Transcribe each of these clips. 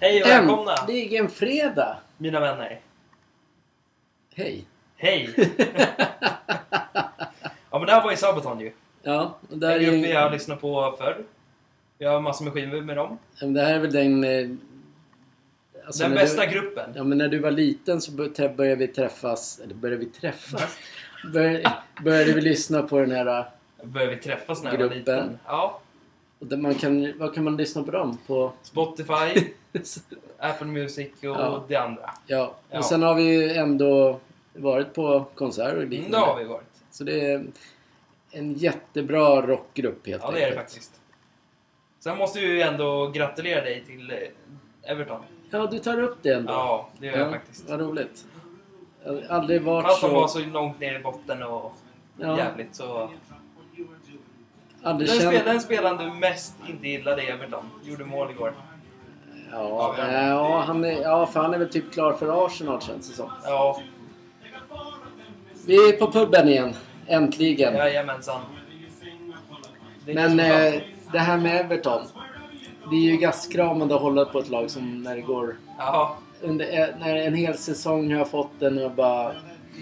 Hej och välkomna Äntligen fredag! mina vänner. Hej! Hej! ja men det här var ju Sabaton ju. Ja, och där En är, grupp vi har lyssnat på förr. Vi har massor med skivor med dem. Ja, men det här är väl den... eh, alltså Den när bästa du, gruppen. Ja, men när du var liten så bör- trä- började vi träffas... Eller började vi träffas? Började, började vi lyssna på den här... eh, Började vi träffas när jag var Gruppen. liten. Ja. Och där man kan, vad kan man lyssna på dem? På... Spotify, Apple Music och Ja. det andra. Ja. Och Ja. sen har vi ju ändå varit på konserter och Mm, liknande. det har vi varit. Så det är en jättebra rockgrupp helt Ja det är det enkelt. faktiskt. Sen måste vi ju ändå gratulera dig till eh, Everton. Ja, du tar upp det ändå. Ja, det gör jag faktiskt. Vad roligt. Jag har aldrig varit Fast de var så... så långt ner i botten och Ja. jävligt så... Den, Aldrig spel, känt... den spelaren du mest inte gillade i Everton gjorde mål igår. Ja, nej, ja, han är, ja, för han är väl typ klar för Arsenal känns det som. Ja, Vi är på puben igen. Äntligen. jajamensan. Det är Men inte så eh, skönt. det här med Everton. Det är ju gastkramande att hålla på ett lag som när det går... Ja, Under, eh, när en hel säsong har fått den och bara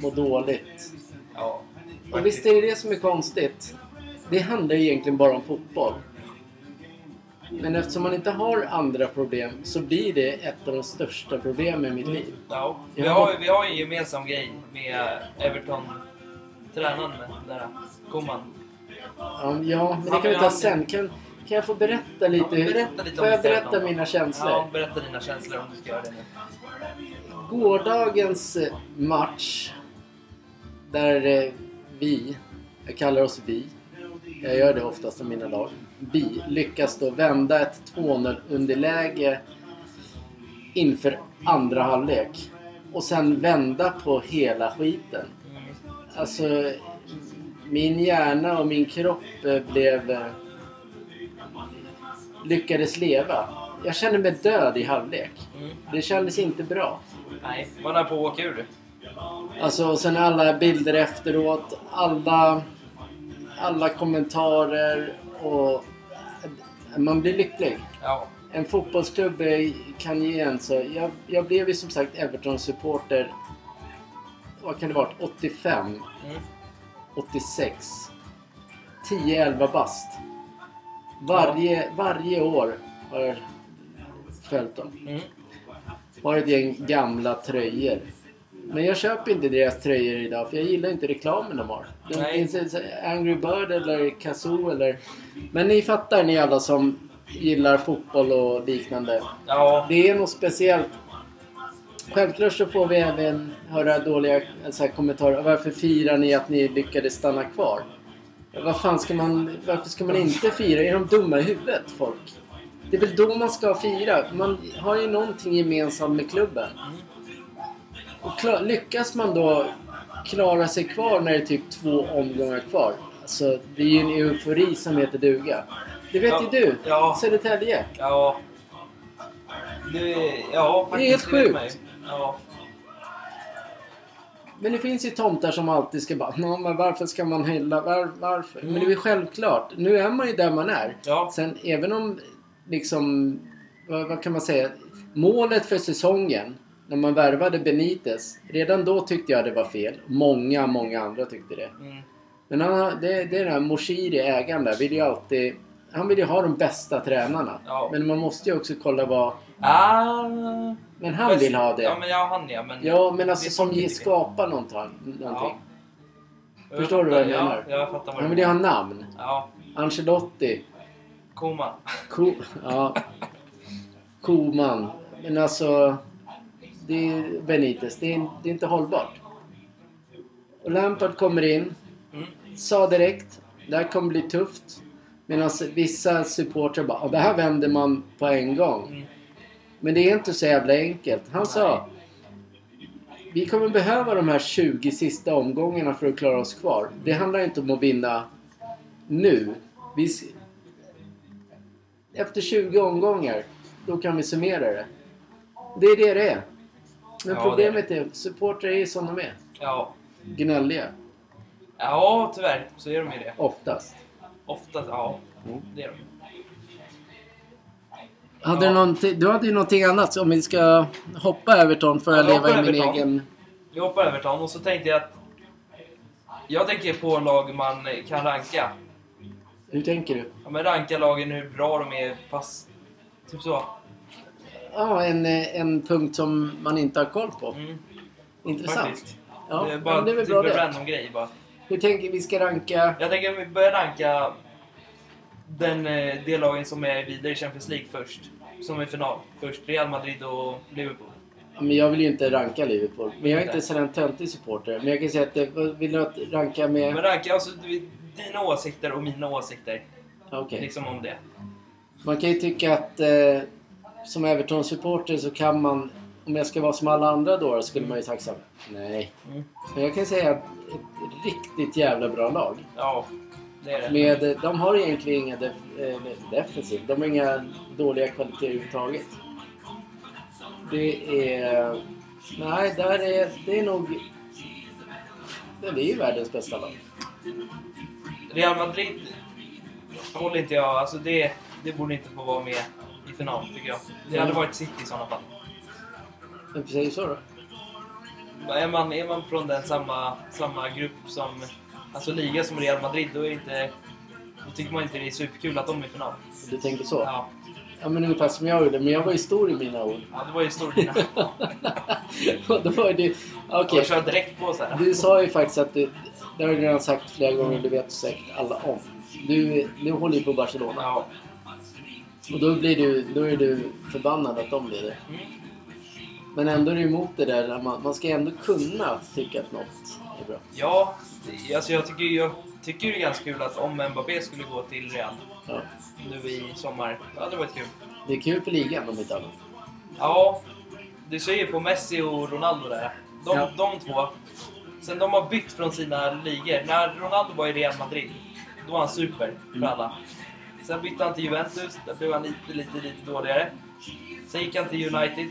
mår dåligt. ja. Och visst är det det som är konstigt. Det handlar ju egentligen bara om fotboll. Men eftersom man inte har andra problem så blir det ett av de största problemen i mitt liv. Ja. Vi, har, vi har ju en gemensam grej med Everton-tränaren med där. Koman. Ja, ja men det Ja, kan vi men ta jag- sen. Kan, kan jag få berätta Ja, lite? men berätta lite får om jag ditt berätta Everton. mina Ja, känslor? berätta dina känslor om du ska göra det nu. Gårdagens eh, match där eh, vi, jag kallar oss vi, jag gör det oftast om mina lag, vi lyckas då vända ett 2-0 underläge inför andra halvlek och sen vända på hela skiten. Mm. Alltså, min hjärna och min kropp eh, blev... eh, Lyckades leva. Jag kände mig död i halvlek. Mm. Det kändes inte bra. Nej, man är på att åka ur. Alltså, och sen alla bilder efteråt, alla, alla kommentarer och... Man blir lycklig. Ja. En fotbollsklubb eh, kan ge en så... Jag, jag blev ju som sagt Everton-supporter... Vad kan det vara? 85? Mm. 86. 10-11 bast. Varje, varje år har jag följt dem. Mm. Har ett gäng gamla tröjor. Men jag köper inte deras tröjor idag för jag gillar inte reklamen de har. De Nej. finns det så här Angry Bird eller Kazoo eller... Men ni fattar ni alla som gillar fotboll och liknande. Ja. Det är något speciellt. Självklart så får vi även höra dåliga eh, så här, kommentarer. Varför firar ni att ni lyckades stanna kvar? Vad fan ska man, varför ska man inte fira? Är de dumma i huvudet folk? Det är väl då man ska fira. Man har ju någonting gemensamt med klubben. Och kla- lyckas man då klara sig kvar när det är typ två omgångar kvar. Alltså, det är ju en eufori som heter duga. Det vet Ja. ju du. Ja. Södertälje. Ja. Det, ja, Det är helt faktiskt, vet sjukt. mig. Ja. Men det finns ju tomtar som alltid ska bara "Nå, men varför ska man hylla? Var, varför? Men det är Mm. ju självklart. Nu är man ju där man är. Ja. Sen även om liksom... Vad, vad kan man säga? Målet för säsongen när man värvade Benitez. Redan då tyckte jag det var fel. Många, många andra tyckte det. Mm. Men han, har- det, det är den här Moshiri, ägaren där, vill ju alltid... Han vill ju ha de bästa tränarna. Ja. Men man måste ju också kolla vad... Ah. Men han vill ha det. Ja, men ja, han ja. Men Ja, men alltså Det- som ger- skapar någonting. någonting. Jag Förstår du vad jag fattar, menar? Ja, jag fattar vad Han du vill ju ha menar. namn. Ja, Ancelotti. Koman. Ko... Ja. Koman. Men alltså... Det är Benitez. Det är, det är inte hållbart. Och Lampard kommer in. Mm. Sa direkt. Det här kommer bli tufft. Medan vissa supportrar bara "Ja, det här vänder man på en gång. Mm. Men det är inte så jävla enkelt. Han sa vi kommer behöva de här 20 sista omgångarna för att klara oss kvar. Det handlar inte om att vinna nu. Vi... s- Efter 20 omgångar, då kan vi summera det. Det är det det är. Men Ja, problemet är, supportrar är som de är. Ja. Gnälliga, ja, tyvärr så gör de ju det. oftast. Oftast, ja. Mm. Det gör de. Hade Ja. du, någonting, du hade ju någonting annat, så om vi ska hoppa Everton för Ja, att vi leva hoppar i min Everton. egen... Vi hoppar Everton och så tänkte jag att... Jag tänker på lag man kan ranka. Hur tänker du? Ja, men ranka lagen hur bra de är pass... Typ så. Ja, en, eh, en punkt som man inte har koll på. Mm, Intressant. faktiskt. Ja, det är ja, bara men det är väl typ bra en det. random grej bara. Hur tänker vi ska ranka... Jag tänker att vi börjar ranka den, eh, det lagen som är vidare i Champions League först. Som är final först. Real Madrid och Liverpool. Ja, men jag vill ju inte ranka Liverpool. Men jag är inte Inte? sådär en töntig supporter. Men jag kan säga att... Det, vad vill du att ranka Men med... ranka alltså du- dina åsikter och mina åsikter. Okej. Liksom om det. Man kan ju tycka att eh, som Everton-supporter så kan man... Om jag ska vara som alla andra då, så skulle man ju sagt så här, Nej. Mm. Men jag kan säga att ett riktigt jävla bra lag. Ja, det är det. Med, eh, de har egentligen inga def, eh, defensiv. De har inga dåliga kvaliteter överhuvudtaget. Det är... Nej, där är, det är nog... Det är ju världens bästa lag. Real Madrid håller inte jag... Alltså det, det borde inte få vara med i final tycker jag. Det hade Mm. varit City i sådana fall. Varför säger du så då? Är man, är man från den samma, samma grupp som... Alltså liga som Real Madrid, då, är inte, då tycker man inte det är superkul att de är i final. Du tänker så? Ja, Ja, men ungefär som jag gjorde. Men jag var ju stor i mina ord. ja det var ju stor skillnad. Och då var det... Okej. Och kör direkt på så här. Du sa ju faktiskt att du... Det har du redan sagt flera gånger och det vet säkert alla om. Du, du håller ju på Barcelona. Ja. Och då, blir du, då är du förbannad att de blir det. Mm. Men ändå är du emot det där. att Man, man ska ändå kunna tycka att något är bra. Ja, det- alltså jag tycker, jag tycker det är ganska kul att om Mbappé skulle gå till Real Ja. nu i sommar, det hade varit kul. Det är kul för ligan om inte annat. Ja, du ser ju på Messi och Ronaldo där. De, Ja. de två. Sen de har bytt från sina ligor. När Ronaldo var i Real Madrid, då var han super för Mm. alla. Sen bytte han till Juventus, där blev han lite, lite, lite dåligare. Sen gick han till United.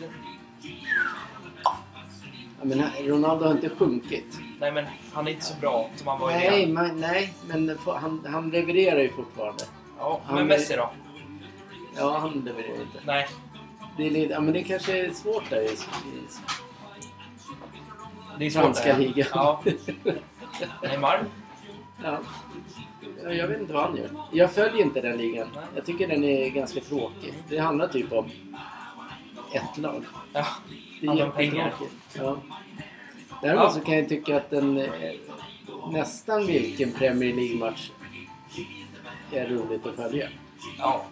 Ja, Men här- Ronaldo har inte sjunkit. Nej men, han är inte så bra som han var i Nej, Real. men, nej, men få- han, han levererar ju fortfarande. Ja, han men är- Messi då? Ja, han levererar inte. Nej. Det, är lite, ja, men det kanske är svårt där i, i Det är svårt franska där. ligan. Ja. Neymar? Ja. Jag vet inte vad han gör. Jag följer inte den ligan. Nej. Jag tycker den är ganska tråkig. Det handlar typ om ett lag. Ja. Det är Handlar om pengar. jättetråkigt. Ja. Däremot Ja. så kan jag tycka att den, eh, nästan vilken Premier League-match är roligt att följa. Ja,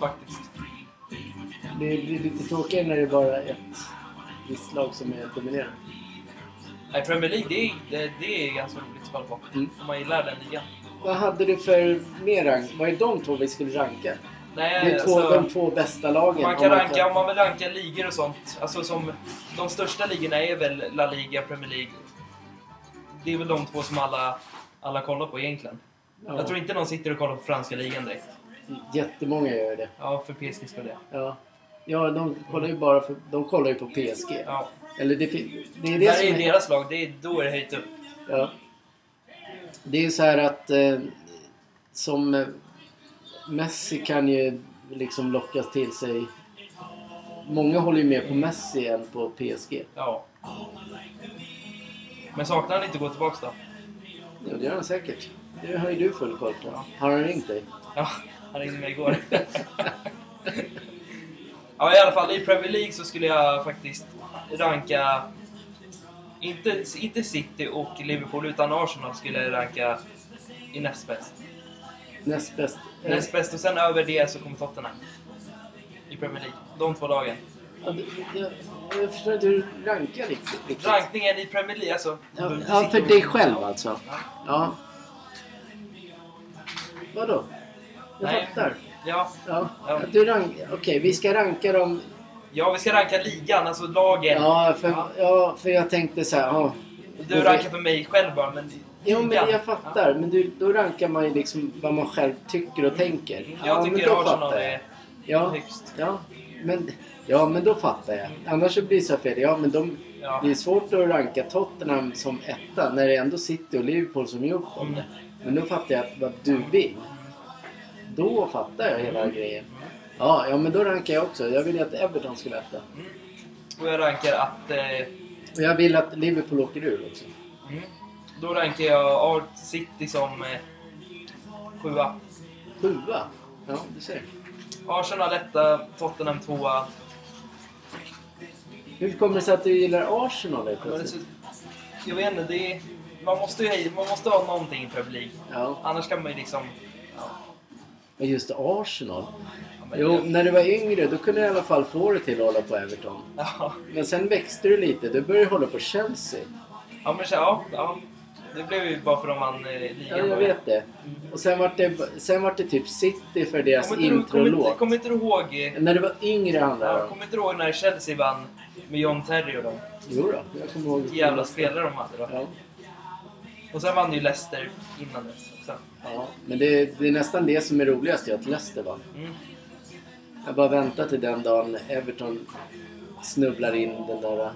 faktiskt. Det blir lite tråkigare när det är bara ett visst lag som är dominerande. Nej, Premier League, det är, det, det är ganska roligt att kolla på. Mm. Om man gillar den ligan. Vad hade du för mer rank? Vad är de två vi skulle ranka? Det Nej, är två, alltså- de två bästa lagen. Man om kan ranka, om man vill ranka ligor och sånt. Alltså som, de största ligorna är väl La Liga, Premier League. Det är väl de två som alla, alla kollar på egentligen. Ja. Jag tror inte någon sitter och kollar på franska ligan direkt. Jättemånga gör det. Ja, för PSG ska det. Ja, ja de kollar ju bara för, de kollar ju på PSG. Ja. Eller det, fin- det är Det det Där är som ju är, deras lag, det är, då är det höjt upp. ja. Det är så här att eh, som eh, Messi kan ju liksom lockas till sig. Många håller ju mer på Messi än på PSG. Ja. Men saknar han inte att gå tillbaks då? Ja, det gör han säkert. Det har ju du full koll på. Har han ringt dig? Ja, han ringde mig igår. ja, i alla fall i Premier League så skulle jag faktiskt ranka... Inte, inte City och Liverpool, utan Arsenal skulle jag ranka i näst bäst. Näst bäst. Eh, Näst bäst och sen över det så kommer Tottenham. I Premier League. De två lagen. ja, du- jag, jag förstår inte hur du rankar riktigt. riktigt. Rankningen i Premier League, alltså... Ja, City ja, för och- dig själv alltså? Ja. Ja. Vadå? Jag Nej. fattar. Ja, Ja. Ja. Du rank... Okej, vi ska ranka dem. ja, vi ska ranka ligan, alltså lagen. Ja, för, Ja. ja, för jag tänkte så här. Ja. Du rankar för mig själv bara, men... Jo, men ligan. jag fattar. Men du, då rankar man ju liksom vad man själv tycker och tänker. Ja. ja, Jag men tycker då Arsenal fattar jag. är Ja, högst. ja, men, ja, men då fattar jag. Annars så blir det så här fel. Ja, men de, Ja. det är svårt att ranka Tottenham som etta när det är ändå City och Liverpool som gjort dem. Mm. Men då fattar jag att vad du vill. Då fattar jag hela grejen. Ja, ja, men då rankar jag också. Jag vill ju att Everton ska veta. Mm. Och jag rankar att... Eh, Och jag vill att Liverpool åker ur också. mm. Då rankar jag Art City som eh, sjua. Sjua? Ja, du ser. Arsenal etta, Tottenham tvåa. Hur kommer det sig att du gillar Arsenal helt Men det är så, plötsligt? jag vet inte, det är, man, måste ju, man måste ha någonting i Premier League. Ja, Annars kan man ju liksom... men just Arsenal. Ja, men- Jo, när du var yngre då kunde du i alla fall få det till att hålla på Everton. Ja, Men sen växte du lite. Du började hålla på Chelsea. ja men så, ja, ja. Det blev ju bara för att man eh, Ja, ligan. jag var- vet det. Och sen var det, sen var det typ City för deras Kommer inte du- kommer inte- introlåt. Kommer inte du ihåg... eh, När du var yngre handlade det Ja, om. kommer inte du ihåg när Chelsea vann med John Terry och dem? Jo då, jag kommer ihåg. Vilka jävla spelare de hade då. Ja. Och sen vann ju Leicester innan dess. också. Ja, men det, det är nästan det som är roligast, ju, att Leicester vann. Mm. Jag bara väntar till den dagen Everton snubblar in den där...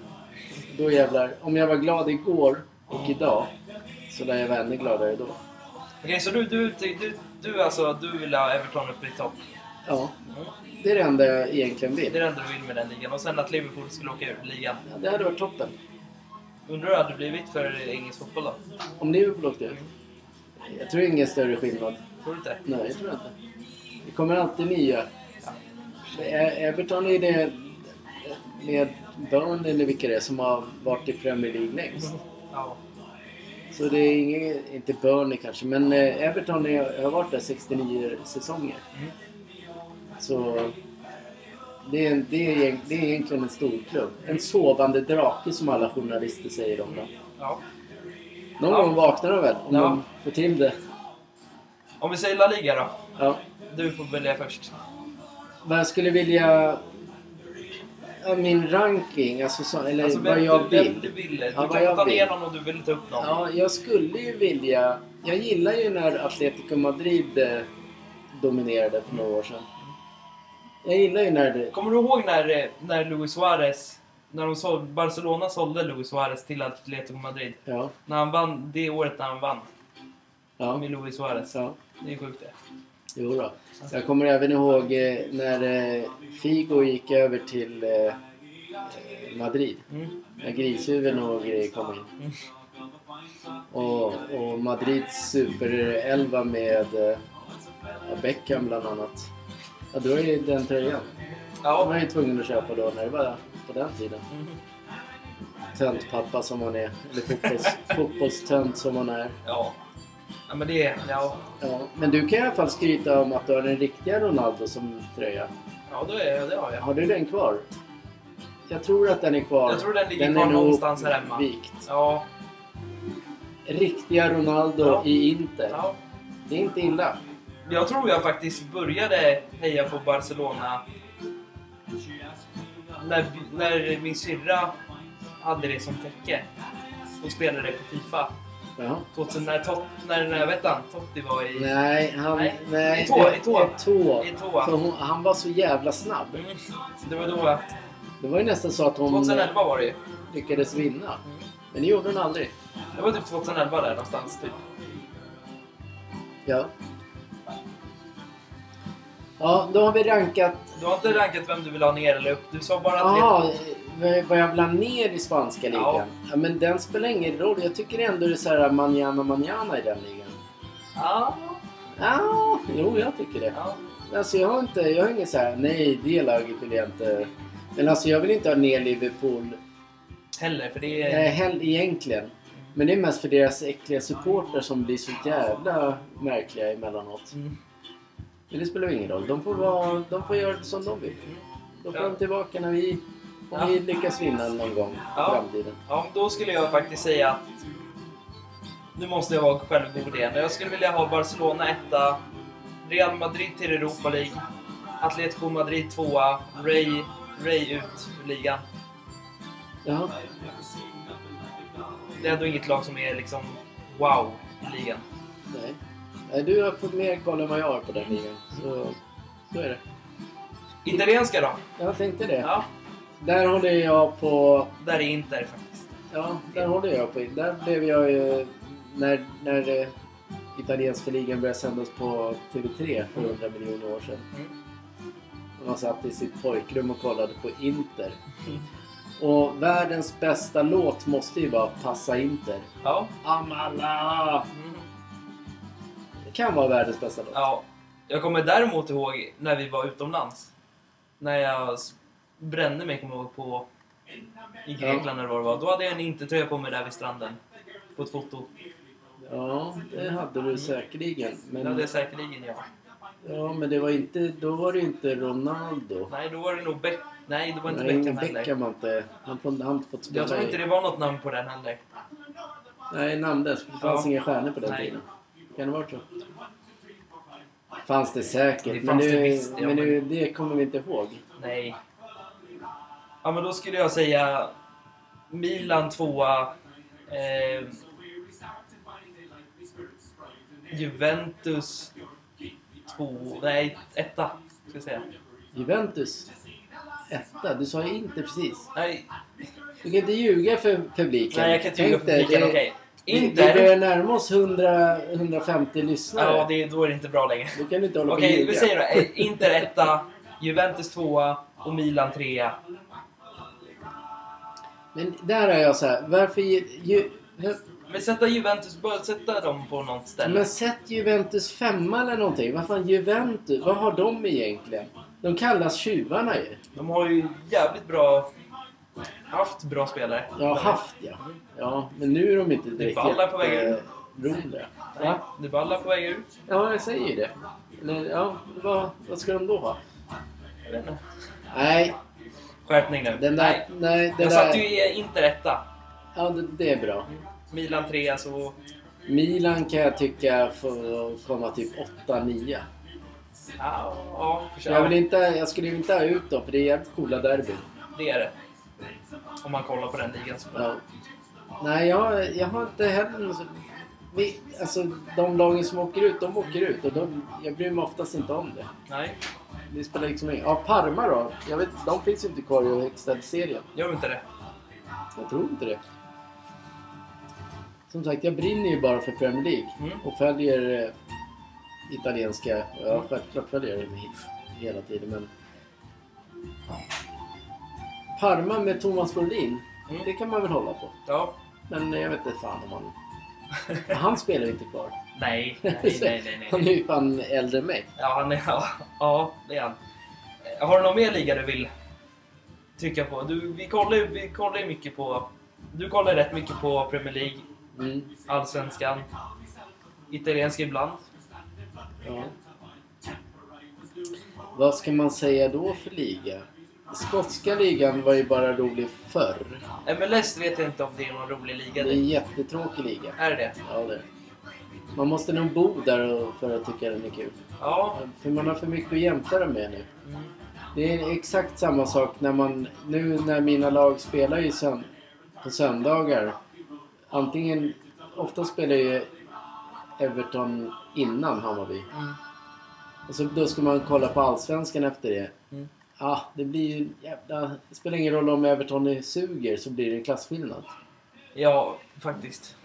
Då jävlar. Om jag var glad igår och idag så lär jag vara ännu gladare då. Okej, så du, du, du, du, du, alltså, du vill ha Everton uppe i topp? Ja, Mm. det är det enda jag egentligen Det är vill. det enda du vill med den ligan. Och sen att Liverpool skulle åka ur ligan. Ja, det hade varit toppen. Undrar hur det hade blivit för engelsk fotboll då? Om Liverpool åkte ut. Jag tror ingen större skillnad. Tror du inte? Nej, jag tror inte. Det kommer alltid nya. Ja. E- Everton är det med Burnley eller vilka det är som har varit i Premier League längst. Ja. Så det är ingen, inte Burnley kanske, men eh, Everton är, har varit där 69 säsonger. Mm. Så det är, en- det, är, egent- det är egentligen en stor klubb. En sovande drake som alla journalister säger om dem. ja. Någon Ja. gång vaknar de väl, om Ja. de får till det. Om vi säger La Liga då? Ja. Du får välja först. Vad jag skulle vilja... ja, Min ranking, alltså, så, eller Alltså, vad jag du, vem vill. Du, vill. du Ja, vad kan jag ta ner vill. någon om du vill ta upp någon. Ja, jag skulle ju vilja... Jag gillar ju när Atletico Madrid eh, dominerade för några år sedan. Jag gillar ju när det... Kommer du ihåg när, eh, när Luis Suarez... När de såld, Barcelona sålde Luis Suarez till Atletico Madrid. Ja, När han vann, det året när han vann ja, med Luis Suarez. ja. Det är sjukt det. Jo då. Jag kommer även ihåg eh, när eh, Figo gick över till eh, eh, Madrid. Mm. När grishuvuden och grejer kom in. Mm. Och, och Madrids superelva med eh, ja, Beckham bland annat. Ja, då är ju den tröjan. Den var Ja. jag ju tvungen att köpa då när det var på den tiden. Mm. Töntpappa som man är. Eller fotbolls, fotbollstönt som man är. Ja. Ja men det... Ja. Ja, men du kan i alla fall skryta om att du har den riktiga Ronaldo som tröja. Ja, då är, det har jag. Har du den kvar? Jag tror att den är kvar. Jag tror den ligger den kvar är nog någonstans här hemma. Vikt. Ja. Riktiga Ronaldo Ja. i Inter. ja. Det är inte illa. Jag tror jag faktiskt började heja på Barcelona när, när min syrra hade det som täcke. Hon spelade på Fifa. Jaha. 2000, när, tot, när, när vet han, Totti var i... Nej, han... Nej. nej Eto'o, det- Eto'o. Eto'o. Eto'o. För hon, han var så jävla snabb. Mm. Det var då. Det var ju nästan så att hon eh, 2011 var det ju. lyckades vinna. Men det gjorde hon aldrig. Det var typ 2011 där någonstans. Typ. Ja. Ja, då har vi rankat... Du har inte rankat vem du vill ha ner eller upp. Du sa bara att... Jaha, eh, vad jag bland ner i spanska ligan. Ja. Ja. men den spelar ingen roll. Jag tycker ändå det är så här manjana manjana i den ligan. Ja. Ja, jo jag tycker det. ja. Alltså jag har inte, jag har ingen så här, nej det laget vill jag inte. Men alltså jag vill inte ha ner Liverpool Heller, för det är... eh, hell, egentligen. Men det är mest för deras äckliga supportrar som blir så jävla märkliga emellanåt. Mm. Men det spelar ju ingen roll. De får, vara, de får göra som de vill. Då får Ja. de tillbaka när vi, om Ja. vi lyckas vinna någon gång i Ja. framtiden. Ja, men då skulle jag faktiskt säga att... Nu måste jag vara självgod igen. Jag skulle vilja ha Barcelona etta, Real Madrid till Europa League, Atletico Madrid tvåa, Ray, Ray ut ur ligan. Ja, Det är ändå inget lag som är liksom wow i ligan. nej. Nej, Du har fått mer koll än vad jag har på den ligan. Så, så är det. Italienska då? Jag tänkte det. Ja, Där håller jag på där är Inter faktiskt. Ja, där håller jag på. Där blev jag ju... När, när eh, italienska ligan började sändas på TV3 för 100 miljoner år sedan. Mm. när man satt i sitt pojkrum och kollade på Inter. Och världens bästa låt måste ju vara Passa Inter. Ja. Amala! Mm. Det kan vara världens bästa låt. ja. Jag kommer däremot ihåg när vi var utomlands. När jag s- brände mig, kommer jag ihåg, på... I Grekland eller vad det var. Då hade jag en Inter-tröja på mig där vid stranden. På ett foto. Ja, det hade du säkerligen. Det hade Men, jag säkerligen jag. ja, men det var inte, då var det ju inte Ronaldo. Nej, då var det nog Beck... Nej, det var inte Nej, Beckham heller. Beckham har inte... Han får- han har inte fått spela Jag tror i- inte det var något namn på den heller. Nej, namnlös. Det fanns Ja. inga stjärnor på den Nej. tiden. Kan det varit så? Fanns det säkert. Det men fanns nu, det visst, ja, men nu, men- det kommer vi inte ihåg. Nej. Ja, men då skulle jag säga Milan tvåa. Eh, Juventus två... Nej, etta. Ska jag säga. Juventus etta. Du sa ju inte precis. Nej, Du kan inte ljuga för publiken. nej jag kan inte ljuga för Tänk dig, publiken. det- Okej. vi- Vi Inter. börjar närma oss 100, 150 lyssnare. Ja, det, då är det inte bra längre. Då kan du inte hålla på och Okej, ljuga. vi säger då. eh, Inter etta, Juventus tvåa och Milan trea. Men där är jag så här. Varför... Ju, ju, Men sätta Juventus, bara sätta dem på något ställe. men sätt Juventus femma eller någonting. Vad fan Juventus? Vad har de egentligen? De kallas tjuvarna ju. De har ju jävligt bra... Haft bra spelare. Ja, haft ja. Ja, men nu är de inte direkt ballar på väg jätte- ut. roliga. Nej, Ja, det ballar på väg ut. ja, jag säger ju det. Eller, ja, vad, vad ska de då ha? Jag vet inte. Nej, Skärpning nu. den där... Nej. Nej, nej den Jag där... satt ju i Inter etta. Ja, det, det är bra. Milan trea, så... Milan kan jag tycka får komma typ 8-9. Ja, ja försök. Jag, vill inte, jag skulle inte ha ut dem, för det är jävligt coola derbyn. Det är det. Om man kollar på den ligan. Så. Ja. Nej, jag, jag har inte heller... någon så- Vi, alltså, de lagen som åker ut, de åker ut. Och de, jag bryr mig oftast inte om det. Nej, Det spelar liksom ingen... Ja, Parma då? Jag vet, de finns ju inte kvar i högsta serien. gör inte det. Jag tror inte det. Som sagt, jag brinner ju bara för Premier League. Mm. Och följer eh, italienska... Ja, självklart följer jag dem hit hela tiden, men... Parma med Thomas Brolin, Mm. det kan man väl hålla på. Ja. Men jag vet inte fan om han... Han spelar ju inte kvar. Nej, nej, nej, nej. Han nej. är ju fan äldre än mig. Ja, han är... Ja, ja, det är han. Eh, Har du någon mer liga du vill trycka på? Du, vi kollar ju vi kollar ju mycket på... Du kollar rätt mycket på Premier League, Mm. Allsvenskan, Italienska ibland. Ja. Vad ska man säga då för liga? Skotska ligan var ju bara rolig förr. MLS vet jag inte om det är någon rolig liga. Det är Det. en jättetråkig liga. Är det Ja, det är det. Man måste nog bo där och- för att tycka den är kul. Ja. För man har för mycket att jämföra med nu. Mm. Det är exakt samma sak när man... Nu när mina lag spelar ju sönd- på söndagar. Antingen... Ofta spelar ju Everton innan Hammarby. Mm. Och så då ska man kolla på Allsvenskan efter det. Mm. Ah, det blir ju en jävla... Det spelar ingen roll om Everton suger så blir det en klasskillnad. Ja, faktiskt.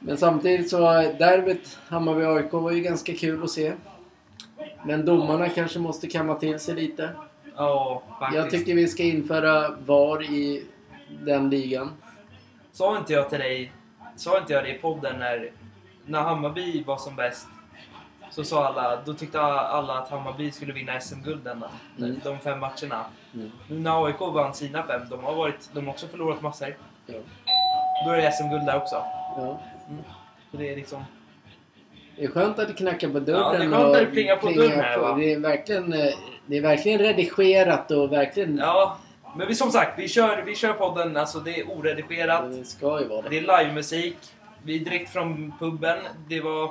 Men samtidigt så, derbyt Hammarby-AIK var ju ganska kul att se. Men domarna kanske måste kamma till sig lite. Ja, faktiskt. Jag tycker vi ska införa VAR i den ligan. Sa inte jag till dig, sa inte jag det i podden när, när Hammarby var som bäst? Så sa alla, då tyckte alla att Hammarby skulle vinna SM-guld den dagen. Mm. de fem matcherna. Nu när AIK vann sina fem, de har, varit, de har också förlorat massor. Ja. Då är det SM-guld där också. Ja. Mm. Så det är liksom... Det är skönt att det knackar på Ja, det är dörren. skönt och att det plingar på dörren här, va? Det är, verkligen, eh, det är verkligen redigerat och verkligen... Ja, men vi, som sagt, vi kör, vi kör podden, alltså det är oredigerat. Det eh, ska ju vara Det det. är livemusik. Vi är direkt från puben. Det var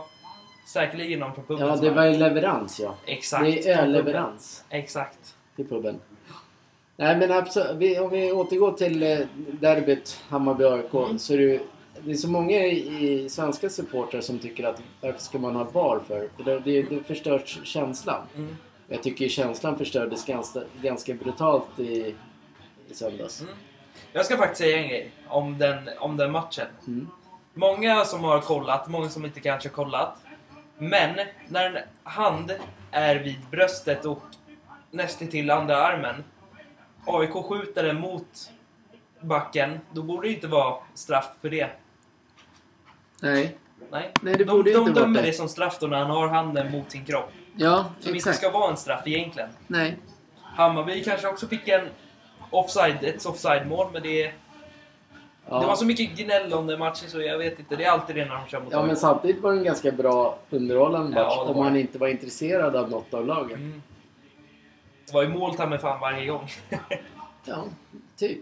säkerligen någon från puben Ja, som det var- var ju leverans ja. Exakt. Det från är puben. ölleverans. Exakt. till puben. Nej men absolut, vi, om vi återgår till eh, derbyt Hammarby-AIK Mm. så är det, ju- det är så många i, i svenska supportrar som tycker att varför ska man ha VAR för? För det, det, det förstörs känslan. Mm. Jag tycker ju känslan förstördes ganska, ganska brutalt i, i söndags. Mm. Jag ska faktiskt säga en grej om den, om den matchen. Mm. Många som har kollat, många som inte kanske har kollat. Men när en hand är vid bröstet och nästintill andra armen. AIK skjuter den mot backen. Då borde det inte vara straff för det. Nej. Nej, Nej, det de, borde de inte varit dömer det. det som straff då när han har handen mot sin kropp. Ja, Som inte exakt. ska vara en straff egentligen. Nej. Hammarby kanske också fick en offside, ett offside-mål, men det, Ja. det var så mycket gnäll om den matchen så jag vet inte. Det är alltid det när de kör mot ja, AIK. men samtidigt var det en ganska bra underhållande Ja, match det om var man det. inte var intresserad av något av lagen. Mm. Det var ju mål ta mig fan varje gång. Ja, typ.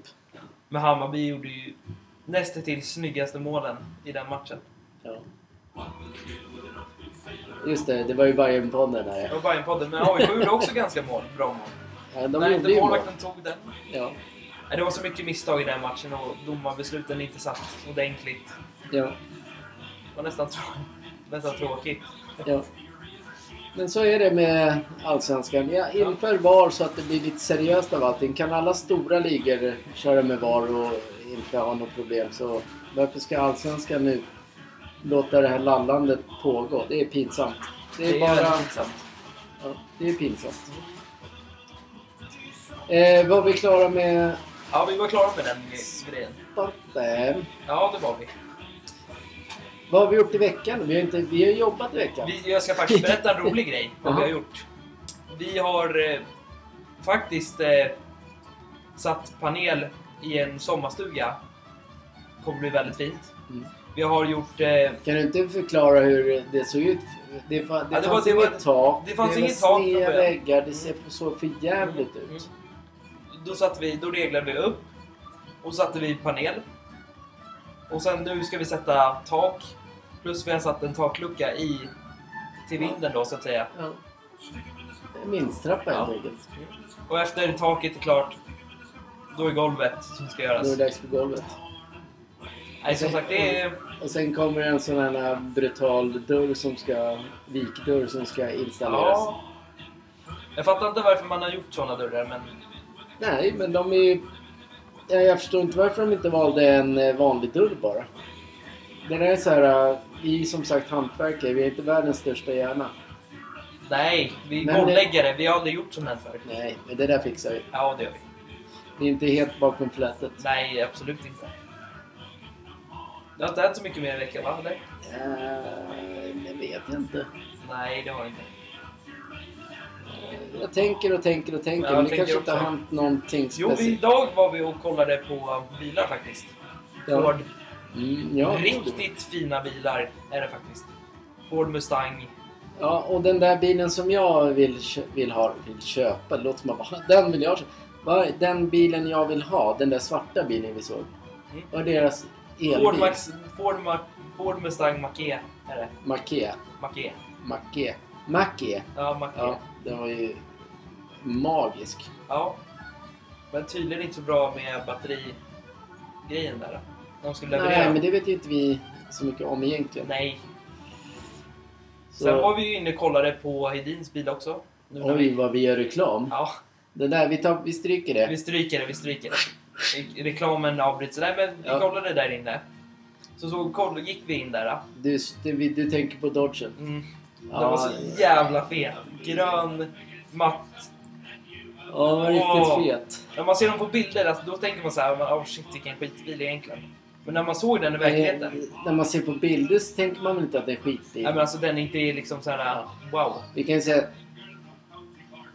Men Hammarby gjorde ju nästintill snyggaste målen i den matchen. Ja. Just det, det var ju Bajenpodden här. Det var Bajenpodden, men AIK gjorde också ganska mål, bra mål. Ja, de när gjorde inte ju mål. målvakten tog den. Ja, Nej, Det var så mycket misstag i den matchen och domarbesluten inte satt ordentligt. ja, Det var nästan, trå- nästan tråkigt. ja. Men så är det med Allsvenskan. Ja, inför VAR så att det blir lite seriöst av allting. Kan alla stora ligor köra med VAR och inte ha något problem så varför ska Allsvenskan nu låta det här lallandet pågå? Det är pinsamt. Det är, bara... väldigt pinsamt. Ja, det är pinsamt. Eh, var vi klara med Ja, vi var klara med den gre- grejen. Sparta? Ja, det var vi. Vad har vi gjort i veckan? Vi har, inte, vi har jobbat i veckan. vi. Jag ska faktiskt berätta en rolig grej, vad vi har Jaha. gjort. Vi har eh, faktiskt eh, satt panel i en sommarstuga. kommer bli väldigt fint. Mm. Vi har gjort... Eh, Kan du inte förklara hur det såg ut? Det, fa- det Ja, det var- fanns det var- inget tak. det fanns var inget tak från sneda början. Mm. väggar. Det ser så för jävligt ut. då, satt vi, då reglade vi upp och satte vi panel. Och sen nu ska vi sätta tak. Plus vi har satt en taklucka i till vinden då så att säga. Ja. En Vindstrappa helt Ja. enkelt. Och efter taket är klart, då är golvet som ska Då är göras. det dags för golvet. Nej, som sagt, det är... Och sen kommer en sån här brutal dörr som ska... Vikdörr som ska installeras. Ja. Jag fattar inte varför man har gjort såna dörrar, men... Nej, men de är ju... Jag, jag förstår inte varför de inte valde en eh, vanlig dörr bara. Det där är så här... eh, Vi är ju som sagt hantverkare. Vi är inte världens största hjärna. Nej, vi Men det- golvläggare, vi har aldrig gjort sånt här förr. Nej, men det där fixar vi. Ja, det gör vi. Vi är inte helt bakom flätet. Nej, absolut inte. Det har inte hänt så mycket mer i veckan, va? Eller? Eh, Det vet jag inte. Nej, det har det inte. Eh, Jag tänker och tänker och tänker. Ja, jag men det tänker kanske inte har också. hänt någonting Jo, vi, speciellt. idag var vi och kollade på bilar faktiskt. Ja. Ford. Mm, ja, Riktigt fina bilar är det faktiskt. Ford Mustang. Ja, och den där bilen som jag vill, kö- vill ha, vill köpa, det låter som att bara, den vill jag köpa. Vad- Den bilen jag vill ha, den där svarta bilen vi såg. Mm. Vad är deras elbil? Ford, Max, Ford, Ma, Ford Mustang Mach-E är det. Mac-E. Mach-E. Mac-E. Mac-E. Ja, Mach-E. Ja, den var ju magisk. Ja. Men tydligen inte så bra med batterigrejen där. De skulle leverera. Nej, men det vet ju inte vi så mycket om egentligen. Nej. Så, Sen var vi ju inne och kollade på Hedins bil också. Nu när Oj, vi, vad vi gör reklam. ja, Det där, vi, tar, vi stryker det. vi stryker det, vi stryker det. I- Reklamen avbryts. Nej, men vi Ja. kollade där inne. Så, så koll, gick vi in där. Du, du, du tänker på Dodgen. Mm. Den Ja. var så jävla fet. Grön, matt. Ja, vad Åh. riktigt fet. När man ser dem på bilder alltså, då tänker man så här, åh shit vilken skitbil egentligen. Men när man såg den i verkligheten. Nej, Eh, När man ser på bilder så tänker man väl inte att det är skitbil. men alltså den inte är liksom så här, wow. Vi kan ju säga...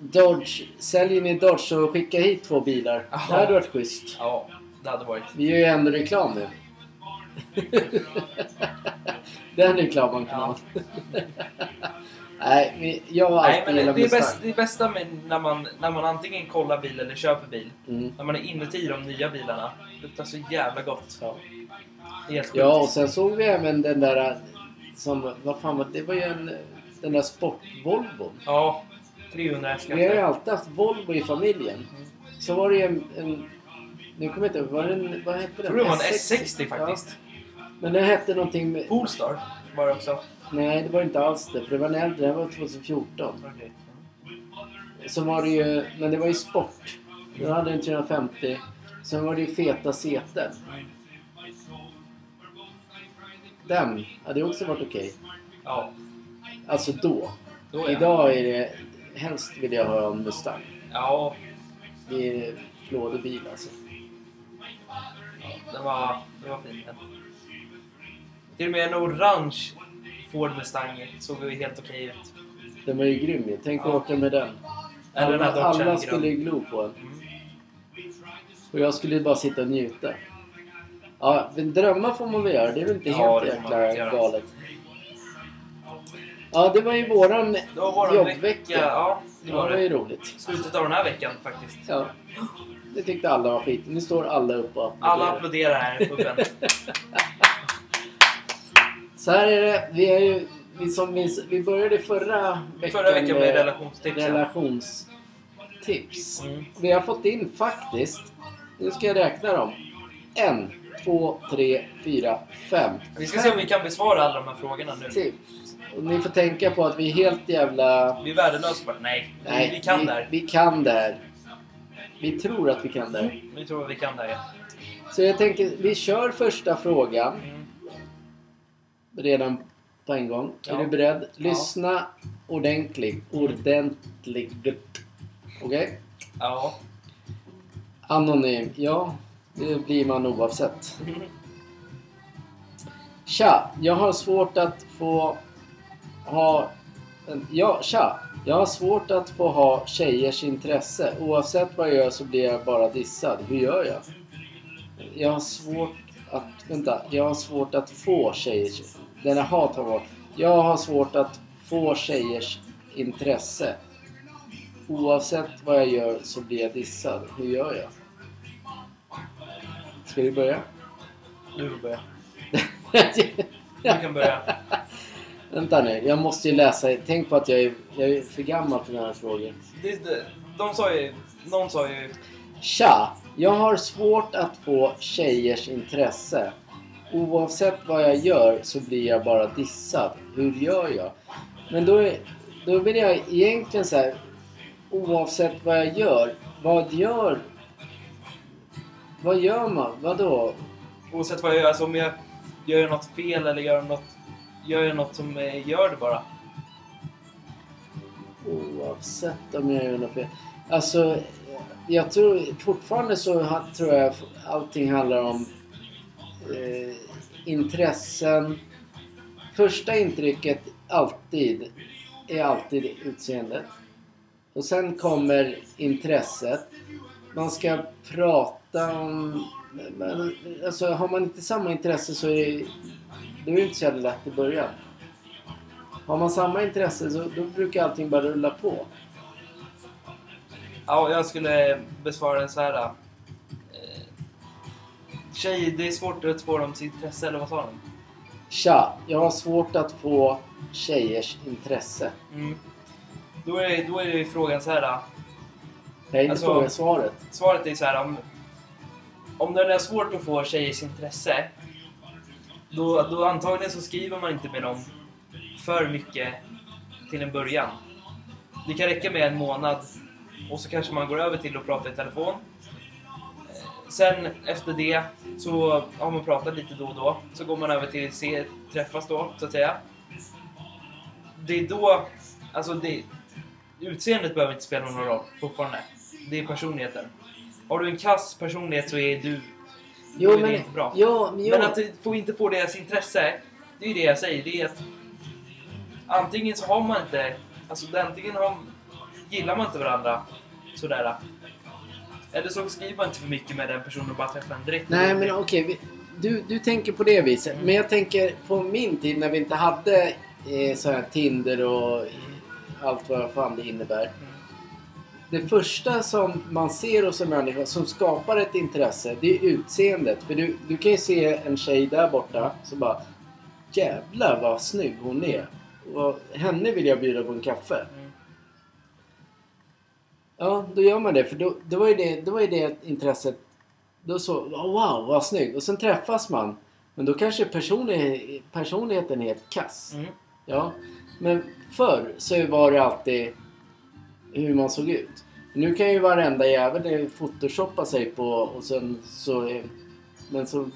Dodge, säljer ni Dodge så skicka hit två bilar. Jaha. Det hade varit schysst. Ja, det hade varit. Vi gör ju ändå reklam nu. Den reklamen kan man. Nej, vi- jag har Nej, men alltid det, gillat det, är Mustang. bäst, det bästa med när man, när man antingen kollar bil eller köper bil, Mm. när man är inuti de nya bilarna, det luktar så jävla gott. Ja. Det är Helt sjukt. ja, och sen såg vi även den där... eh, Som, vad fan var det? var ju en... eh, Den där sport-Volvon. ja 300 hästkrafter. Vi har ju alltid haft Volvo i familjen. Mm. Så var det ju en... en nu kommer jag inte ihåg, var det en, vad hette Jag den? tror det var en S60 faktiskt. Ja, men den hette någonting med... Polestar var det också. Nej, det var inte alls det. För det var en äldre, den var 2014. Okej. Så var det ju... Men det var ju sport. Den hade en 350. Sen var det ju feta seten. Den hade ju också varit okej. Ja, Alltså då. då är Idag är det... Helst vill jag ha en Mustang. Ja, Det är flådig bil alltså. den var, den var fin. den. Till och med en orange Ford Mustang såg ju helt okej ut. Den var ju grym ju. Tänk att Ja. åka med den. Ja, den Alla, hade också en alla grön. skulle ju glo på en. Mm. Och jag skulle ju bara sitta och njuta. Ja, men drömmar får man väl göra. Det är väl inte Ja, helt det får man jäkla göra. galet. Ja, det var ju våran Det var våran vecka. jobbvecka. Ja, det Ja, var det var det. ju roligt. Slutet av den här veckan faktiskt. Ja. Det tyckte alla var skit. Nu står alla upp och applåderar. Alla applåderar här i puben. Så här är det. Vi, är ju, vi, som vi, vi började förra veckan, Förra veckan med relationstipsen. relationstips. Mm. Vi har fått in faktiskt, nu ska jag räkna dem. En, två, tre, fyra, fem. Vi ska se om vi kan besvara alla de här frågorna nu. tips. Och ni får tänka på att vi är helt jävla... Vi är värdelösa bara. Nej, Nej, vi, vi kan vi, det här. Vi kan där. Vi tror att vi kan där. Vi tror att vi kan det här. ja. Så jag tänker, vi kör första frågan Mm. redan på en gång. Ja. Är du beredd? Lyssna ordentligt. Ordentligt. Okej? Ja. Anonym. Ja, det blir man oavsett. Tja, jag har svårt att få ha... Ja, tja! Jag har svårt att få ha tjejers intresse. Oavsett vad jag gör så blir jag bara dissad. Hur gör jag? Jag har svårt att... Vänta. Jag har svårt att få tjejers... Den här hat har varit. Jag har svårt att få tjejers intresse. Oavsett vad jag gör så blir jag dissad. Hur gör jag? Ska vi börja? Du får börja. Du kan börja. Vänta nu, jag måste ju läsa. Tänk på att jag är, jag är för gammal för den här frågan. Det- det- De sa ju... Någon sa ju... Tja! Jag har svårt att få tjejers intresse. Oavsett vad jag gör så blir jag bara dissad. Hur gör jag? Men då, är, då vill jag egentligen så här. Oavsett vad jag gör. Vad gör... Vad gör man? Vadå? Oavsett vad jag gör, alltså om jag gör jag något fel eller gör något... Gör jag något som eh, gör det bara. Oavsett om jag gör något fel. Alltså, jag tror fortfarande så ha- tror jag allting handlar om eh, intressen. Första intrycket alltid är alltid utseendet. Och sen kommer intresset. Man ska prata om... Men, alltså har man inte samma intresse så är det, då är det inte så jävla lätt i början. Har man samma intresse så då brukar allting bara rulla på. Ja, jag skulle besvara den så här. eh, Tjej, det är svårt att få dem till intresse, eller vad sa de? Tja, jag har svårt att få tjejers intresse. Mm. Då är, då är ju frågan så här. Jag har inte Alltså- frågat svaret. Svaret är så här om... Om det är svårt att få tjejers intresse då, då antagligen så skriver man inte med dem för mycket till en början. Det kan räcka med en månad och så kanske man går över till att prata i telefon. Eh, Sen efter det så har man pratat lite då och då. Så går man över till se, träffas då, så att säga. Det är då... Alltså det... Utseendet behöver inte spela någon roll fortfarande. Det är personligheten. Har du en kass personlighet så är du... Jo, då är det men, inte bra. Jo, men, jo. Men att det- få inte få deras intresse, det är ju det jag säger. Det är att antingen så har man inte, alltså det- antingen har, gillar man inte varandra sådär. Eller så skriver man inte för mycket med den personen och bara träffar den direkt. Nej, men okej. vi- Du, du tänker på det viset. Mm. Men jag tänker på min tid när vi inte hade eh, så här Tinder och allt vad fan det innebär. Mm. Det första som man ser hos en människa som skapar ett intresse, det är utseendet. För du, du kan ju se en tjej där borta som bara Jävlar vad snygg hon är. Och henne vill jag bjuda på en kaffe. Mm. Ja, då gör man det. För då, då, var, ju det, då var ju det intresset. Då så, "Åh, wow vad snygg. Och sen träffas man. Men då kanske personlig, personligheten är helt kass. Mm. Ja, men förr så var det alltid hur man såg ut. Nu kan ju varenda jävel eh, photoshoppa sig på och sen så... är- Men så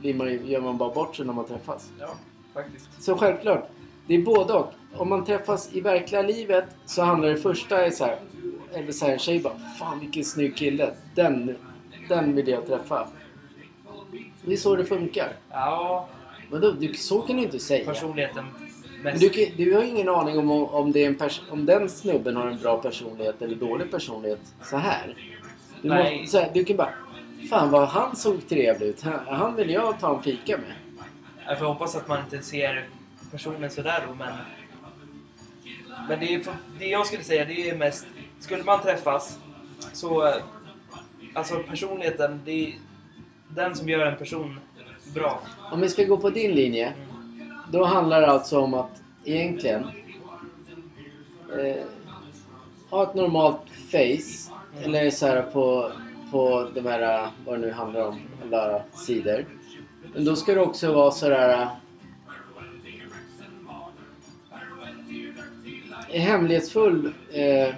blir man, ju- gör man bara bort sig när man träffas. Ja, faktiskt. Så självklart, det är både och. Om man träffas i verkliga livet så handlar det första är så här. eller så här, en tjej bara Fan vilken snygg kille. Den, den vill jag träffa. Det är så det funkar. Ja, Vadå? Du, så kan du inte säga. personligheten Men mest. du, kan- du har ju ingen aning om, om, det är en pers- om den snubben har en bra personlighet eller dålig personlighet så här. Du, Nej. måste, så här, du kan bara... Fan vad han såg trevlig ut. Han, han vill jag ta en fika med. Jag får hoppas att man inte ser personen sådär då, men... Men det, är, för- det jag skulle säga, det är mest... Skulle man träffas så... eh, Alltså personligheten, det är den som gör en person bra. Om vi ska gå på din linje. Då handlar det alltså om att egentligen... Eh, ha ett normalt face. Eller så här på, på de här, vad det nu handlar om, alla sidor. Men då ska det också vara sådär... eh, Hemlighetsfull. Eh,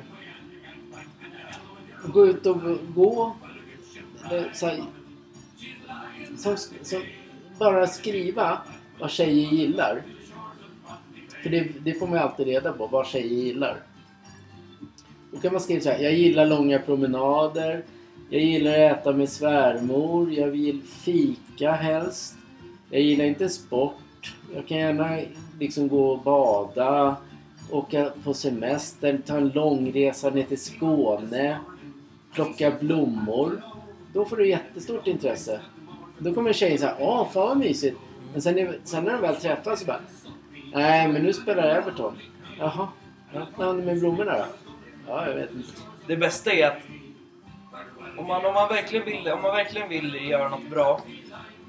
gå ut och gå. Eller Så här, som, som bara skriva vad tjejer gillar. För det, det får man ju alltid reda på, vad tjejer gillar. Då kan man skriva så här, jag gillar långa promenader. Jag gillar att äta med svärmor. Jag vill fika helst. Jag gillar inte sport. Jag kan gärna liksom gå och bada. Åka på semester, ta en långresa ner till Skåne. Plocka blommor. Då får du jättestort intresse. Då kommer tjejen säga åh fan vad mysigt. Men sen, är- sen när de väl träffas så bara, nej men nu spelar Everton. Jaha, vad händer med blommorna då? Ja, jag vet inte. Det bästa är att om man, om man, verkligen, vill, om man verkligen vill göra något bra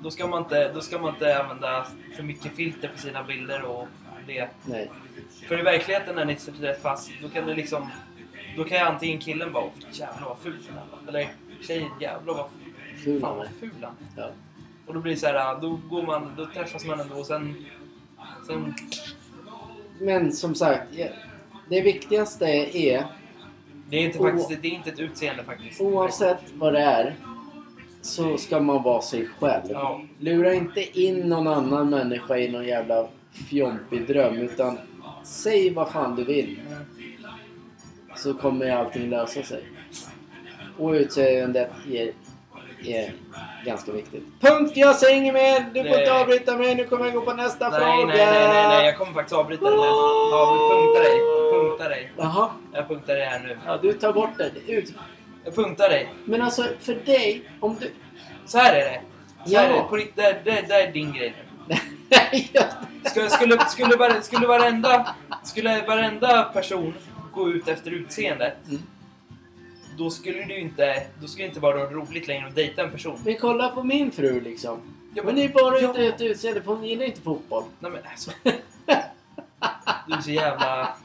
då ska, man inte, då ska man inte använda för mycket filter på sina bilder och det. Nej. För i verkligheten när ni träffas, då kan du liksom... Då kan ju antingen killen bara "Åh, jävlar vad ful den här var." Eller tjejen jävlar vad Ful fan han vad är. ful han är." Ja. Och då blir det så här, äh, då, går man, då träffas man ändå och sen... sen Men som sagt, ja, det viktigaste är det, är inte Och- faktiskt, det är inte ett utseende faktiskt. Oavsett vad det är så ska man vara sig själv. Ja. Lura inte in någon annan människa i någon jävla fjompig dröm utan säg vad fan du vill Mm. så kommer allting lösa sig. Och utseendet är, är ganska viktigt. Punkt! Jag säger inget mer! Du får Nej. inte avbryta mig, nu kommer jag gå på nästa Nej, nej, fråga! nej, nej, nej, jag kommer faktiskt avbryta den här. Ja, punkta dig. Punkta dig. Jaha, Jag punktar dig här nu. ja, du tar bort det. Ut. Jag punktar dig. Men alltså, för dig, om du... Så här är det. Så här Ja. är det. På ditt, det, det, det är din grej. Nej, jag- Skulle, skulle, skulle, vare, skulle, varenda, skulle varenda person gå ut efter utseendet, Mm. då skulle det ju inte, då skulle det inte vara roligt längre att dejta en person. Men kolla på min fru liksom. Ja, men det är bara ja. ute efter utseende, för hon gillar inte fotboll. Nej men alltså. Du är så jävla...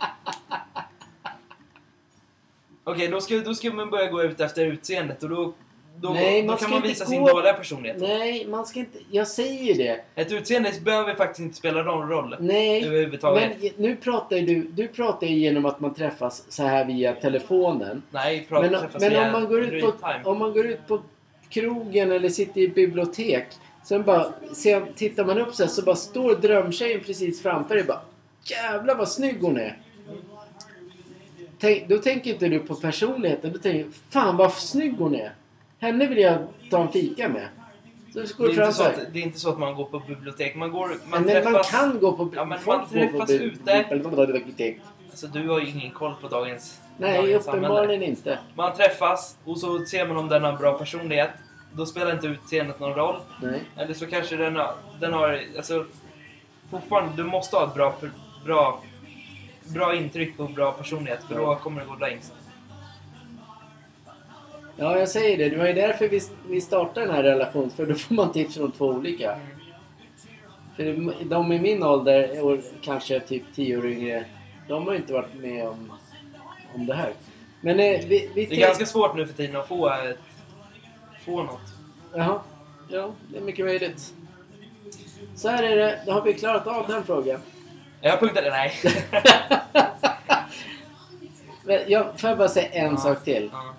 Okej, då, ska, då ska man börja gå ut efter utseendet och då, då, Nej, då man kan ska man inte visa gå- sin dåliga personlighet. Nej, man ska inte... Jag säger ju det. Ett utseende behöver faktiskt inte spela någon roll. Nej. Överhuvudtaget. Men nu pratar ju du... Du pratar ju genom att man träffas så här via telefonen. Nej, prata Men, träffas men via om, man går ut real på, time. om man går ut på krogen eller sitter i bibliotek. Sen bara... Sen tittar man upp så här så bara står drömtjejen precis framför dig bara... Jävlar vad snygg hon är! Tänk, då tänker inte du på personligheten. Då tänker du fan vad snygg hon är. Henne vill jag ta en fika med. Så Det går är, inte du så fram så här. att, det är inte så att man går på bibliotek. Man, går, man Man, men man träffas... kan gå på... Ja, men folk man går på träffas bi- ute. bibliotek. Alltså, du har ju ingen koll på dagens Nej, dagens samhälle. uppenbarligen inte. Man träffas och så ser man om den har en bra personlighet. Då spelar inte utseendet någon roll. Nej. Eller så kanske den har... Den har alltså, fortfarande, du måste ha ett bra, per- bra, bra intryck och bra personlighet för då Ja. kommer det gå längst. Ja, jag säger det. Det var ju därför vi, vi startade den här relationen. För då får man tips från två olika. För de i min ålder, och kanske typ tio år yngre, de har ju inte varit med om, om det här. Men eh, vi... vi Det är ganska svårt nu för tiden att få, ett, få något. Jaha. Ja, det är mycket möjligt. Så här är det. Då har vi klarat av den frågan. Jag punktade... Nej. Men jag, får jag bara säga en Ja. sak till? Ja.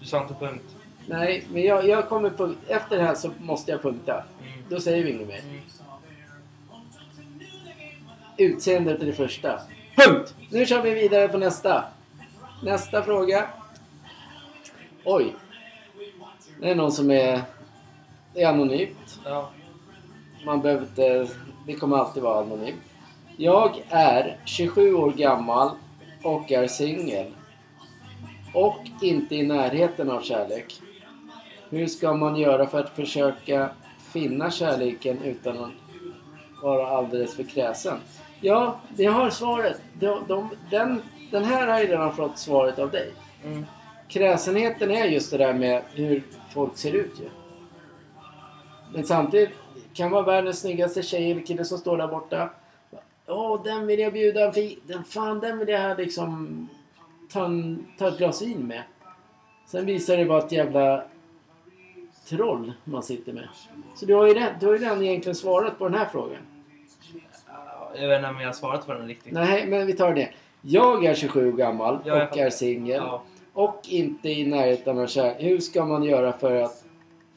Du sa inte punkt. Nej, men jag, jag kommer punkt... Efter det här så måste jag punkta. Mm. Då säger vi inget mer. Mm. Utseendet är det första. Punkt! Nu kör vi vidare på nästa. nästa fråga. Oj. Det är någon som är... Det är anonymt. Ja. Man behöver inte... Det kommer alltid vara anonymt. Jag är 27 år gammal och är singel. Och inte i närheten av kärlek. Hur ska man göra för att försöka finna kärleken utan att vara alldeles för kräsen? Ja, vi har svaret. De, de, den, den här har ju redan fått svaret av dig. Mm. Kräsenheten är just det där med hur folk ser ut ju. Men samtidigt kan vara världens snyggaste tjej eller kille som står där borta. Åh, den vill jag bjuda en fi- den Fan, den vill jag liksom ta, en, ta ett glas vin med. Sen visar det bara ett jävla troll man sitter med. Så du har ju den, du har ju den egentligen svarat på den här frågan. Jag vet inte om jag har svarat på den riktigt. Nej, men vi tar det. Jag är 27 år gammal Ja, jag och fattar. är singel. Ja. Och inte i närheten av kärlek. Hur ska man göra för att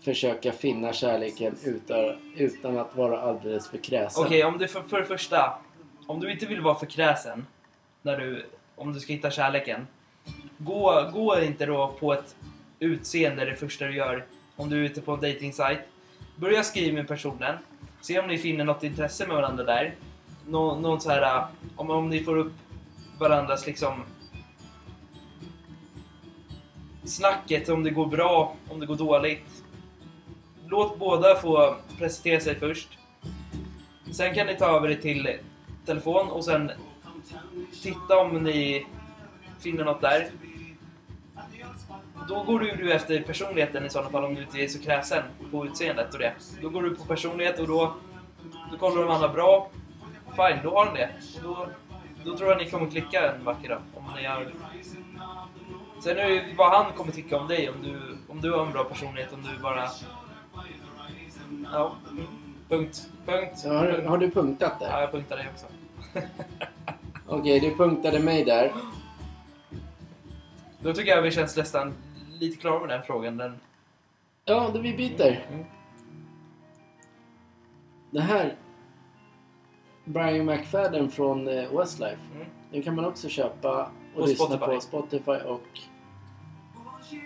försöka finna kärleken utan, utan att vara alldeles för kräsen? Okej, om du för, för det första. Om du inte vill vara för kräsen. När du, om du ska hitta kärleken. Gå, gå inte då på ett utseende det första du gör. Om du är ute på en dejtingsajt. Börja skriva med personen. Se om ni finner något intresse med varandra där. Nå, någon så här, om, om ni får upp varandras liksom snacket, om det går bra, om det går dåligt. Låt båda få presentera sig först. Sen kan ni ta över det till telefon och sen titta om ni finner något där. Då går du ju efter personligheten i sådana fall om du inte är så kräsen på utseendet och det. Då går du på personlighet och då, då kollar de andra bra. Fine, då har de det. Då, då tror jag ni kommer klicka en vacker dag. Om ni gör... Sen är det ju vad han kommer tycka om dig om du, om du har en bra personlighet, om du bara... Ja. mm. Punkt. Punkt. Så har, har du punktat Ja, där? jag punktar dig också. Okej, du punktade mig där. Då tycker jag vi känns nästan lite klara med den frågan. Den... Ja, då vi byter. Mm. Det här... Brian McFadden från eh, Westlife. Mm. Den kan man också köpa och, Och lyssna Spotify. på Spotify och...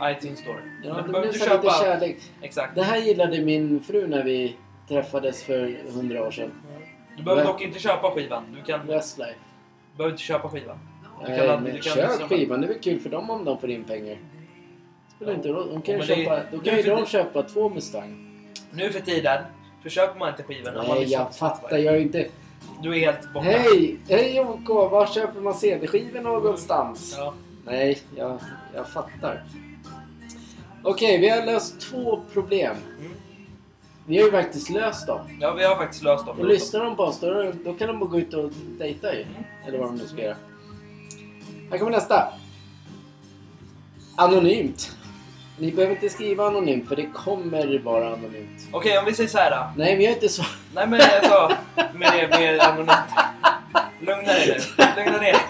iTunes Store. Ja, Men det du behöver blir inte så här lite köpa... kärlek. Exakt. Det här gillade min fru när vi träffades för hundra år sedan. Du behöver Nej. dock inte köpa skivan. Du kan... Westlife. behöver inte köpa skivan. Du kan Nej, aldrig- men du kan köp lyssna på- skivan. Det är väl kul för dem om de får in pengar. Spelar Ja. inte roll. De kan Ja, men ju det är- köpa, då det kan är ju för de det- köpa två Mustang. Nu för tiden så köper man inte skivan. om man Nej, lyssnar på jag Spotify. fattar. Jag är inte... Du är helt borta. Hej! Hej OK! Var köper man CD-skivor någonstans? Ja. Nej, jag, jag fattar. Okej, vi har löst två problem. Mm. Vi har ju faktiskt löst dem. ja, vi har faktiskt löst dem. Och lyssnar de på oss, då, då kan de bara gå ut och dejta ju. Eller vad de nu ska göra. Här kommer nästa. Anonymt. Ni behöver inte skriva anonymt, för det kommer vara anonymt. Okej, om vi säger så här. då. Nej, vi har inte svarat. Nej, men alltså. Med det, med anonymt. Lugna dig nu. Lugna ner dig.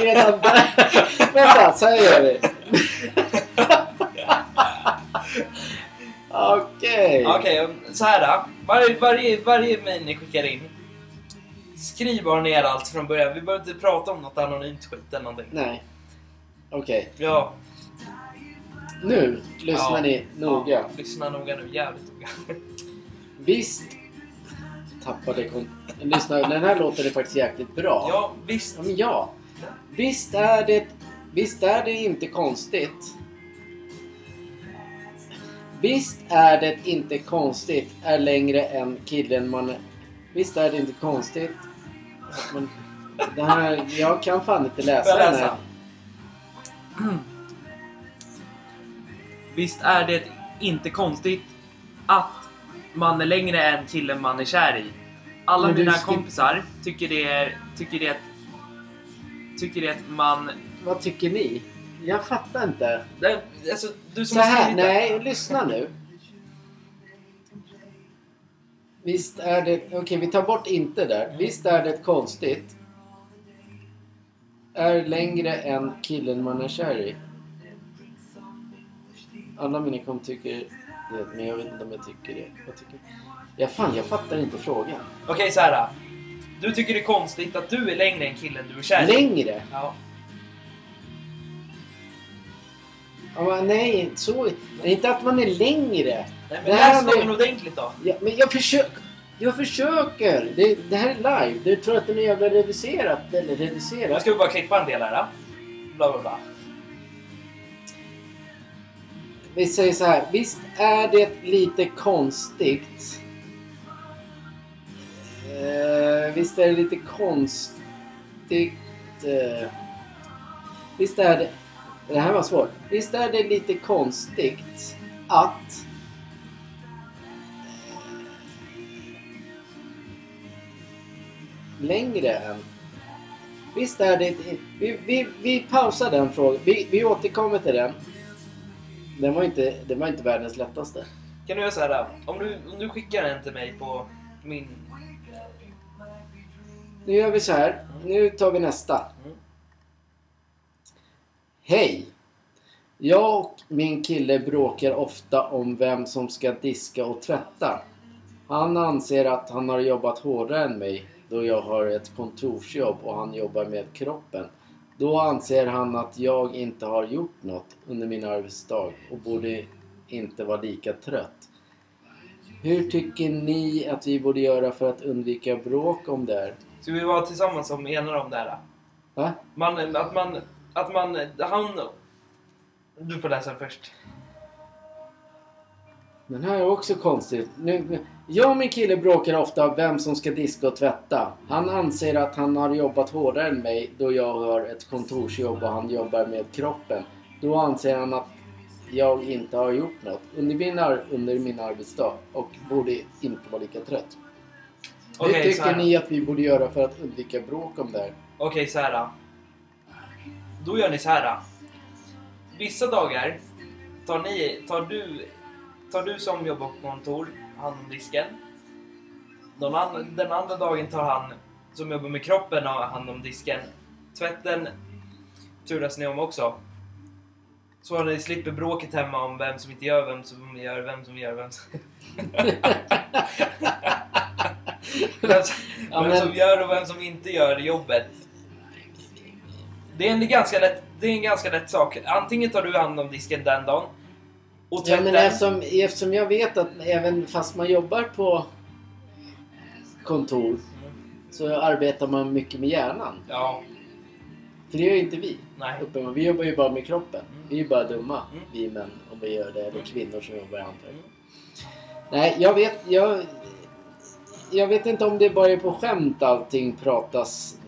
redan där. Vänta, så här gör vi. Okej. Okej, så här då. Varje, varje, varje mejl ni skickar in. Skriv bara ner allt från början. Vi behöver inte prata om något anonymt skit eller någonting. Nej. Okej. Ja, Nu lyssnar Ja. ni noga. Ja, lyssna noga nu. Jävligt noga. Visst tappade kon... Lyssna, den här låten är faktiskt jäkligt bra. Ja, visst. Ja, men ja. Visst är det... Visst är det inte konstigt? Visst är det inte konstigt är längre än killen man... Visst är det inte konstigt? att man- Det här, jag kan fan inte läsa Får jag den läsa? här. Visst är det inte konstigt att man är längre än killen man är kär i. Alla Men du mina skri- kompisar tycker det är... Tycker det... Tycker det att man... Vad tycker ni? Jag fattar inte. Det, alltså, du som Så har här, skrivit det. nej, lyssna nu. Visst är det... Okej, vi tar bort inte där. Visst är det konstigt? Är längre än killen man är kär i. Alla mina kom tycker det, men jag vet inte om jag tycker det. Jag, tycker... ja, fan, jag fattar inte frågan. Okej, så här. Du tycker det är konstigt att du är längre än killen du är kär i. Längre? Ja. Ja, men nej, så... Det är inte att man är längre. Nej, Det men här läs med- dem ordentligt då. Ja, men jag försöker. Jag försöker! Det, det här är live. Du tror att det är jävla reducerat. Eller Nu reducerat. ska vi bara klippa en del här. Då. Bla, bla, bla. Vi säger så här. Visst är det lite konstigt? Eh, visst är det lite konstigt? Eh, visst är det... Det här var svårt. Visst är det lite konstigt att... eh, Längre än... Visst är det... Vi, vi, vi pausar den frågan. Vi, vi återkommer till den. Den var inte, den var inte världens lättaste. Kan du göra så här? Då? Om du, om du skickar en till mig på min... Nu gör vi så här. Nu tar vi nästa. Mm. Hej! Jag och min kille bråkar ofta om vem som ska diska och tvätta. Han anser att han har jobbat hårdare än mig då jag har ett kontorsjobb och han jobbar med kroppen. Då anser han att jag inte har gjort något under min arbetsdag och borde inte vara lika trött. Hur tycker ni att vi borde göra för att undvika bråk om det här? Ska vi vara tillsammans som enar om det här? Då? Va? Man, att man... Att man... Han... Du får läsa först. Den här är också konstig. Nu, nu- jag och min kille bråkar ofta om vem som ska diska och tvätta. Han anser att han har jobbat hårdare än mig då jag har ett kontorsjobb och han jobbar med kroppen. Då anser han att jag inte har gjort något under min, ar- under min arbetsdag och borde inte vara lika trött. Okej, Hur så tycker här. ni att vi borde göra för att undvika bråk om det här? Okej, så här. då. Då gör ni så här. då. Vissa dagar tar, ni, tar, du, tar du som jobbar på kontor hand om disken. De an, den andra dagen tar han som jobbar med kroppen och hand om disken. Tvätten turas ni om också. Så att ni slipper bråket hemma om vem som inte gör, vem som gör, vem som gör, vem som, vem som, Ja, vem men- som gör och vem som inte gör jobbet. Det är en ganska lätt, det är en ganska lätt sak. Antingen tar du hand om disken den dagen och Ja, tvätten. men alltså- eftersom, eftersom jag vet att även fast man jobbar på kontor så arbetar man mycket med hjärnan. Ja, För det gör ju inte vi. nej. Uppenbarligen. Vi jobbar ju bara med kroppen. Mm. Vi är ju bara dumma, Mm. vi män, om vi gör det. Eller kvinnor som jobbar i hantverk. Mm. Nej, jag vet... Jag, jag vet inte om det bara är på skämt allting pratas.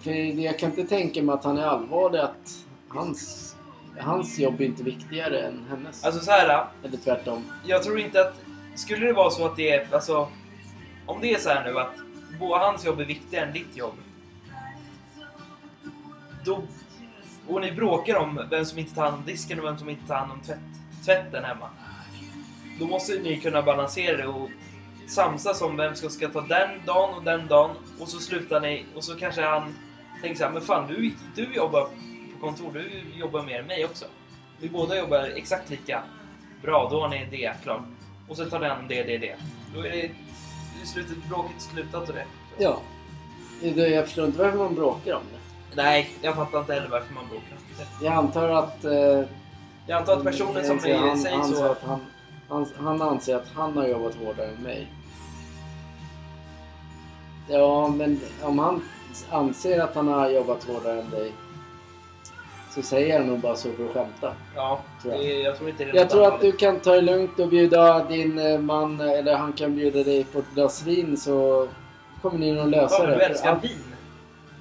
För jag kan inte tänka mig att han är allvarlig att hans, hans jobb är inte viktigare än hennes. Alltså så här. Eller tvärtom. jag tror inte att... Skulle det vara så att det är... Alltså, om det är så här nu att båda hans jobb är viktigare än ditt jobb. Då... Och ni bråkar om vem som inte tar hand om disken och vem som inte tar hand om tvätt, tvätten hemma. Då måste ni kunna balansera det och samsas om vem som ska ta den dagen och den dagen. Och så slutar ni och så kanske han tänker så här, men fan du, du jobbar på kontor, du jobbar mer än mig också. Vi båda jobbar exakt lika. Bra, då har ni det klart. Och så tar den det, det, det. Då är det i slutet bråket slutat och det. Ja. Det- Jag förstår inte varför man bråkar om det. Nej, jag fattar inte heller varför man bråkar. Jag antar att... Eh, Jag antar att personen som anser- är, han, säger han, så... Att han, han, han anser att han har jobbat hårdare än mig. Ja, men om han anser att han har jobbat hårdare än dig så säger han nog bara så för att skämta. Ja, Tror jag. det, jag tror inte det är Jag något tror att du allvarligt. kan ta det lugnt och bjuda din eh, man, eller han kan bjuda dig på ett glas vin så kommer ni nog lösa Fan, det. du älskar Allt- vin.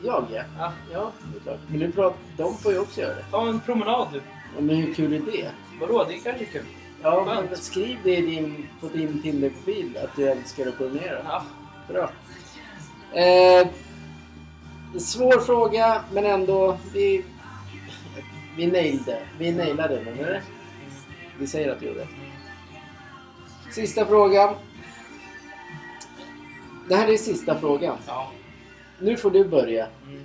Jag ja. Ja. Ja, det är klart. Men nu pratar, de får ju också göra det. Ta en promenad du. Ja, Men hur kul är det? Vadå, det är kanske är kul. Ja, Mm. Skönt. men skriv det i din, på din Tinder-profil att du älskar att promenera. Ja, Bra. Eh, svår fråga, men ändå. Vi, vi nailade Vi nailade den, eller? Vi säger att vi gjorde. Sista frågan. Det här är sista frågan. ja. Nu får du börja. Mm.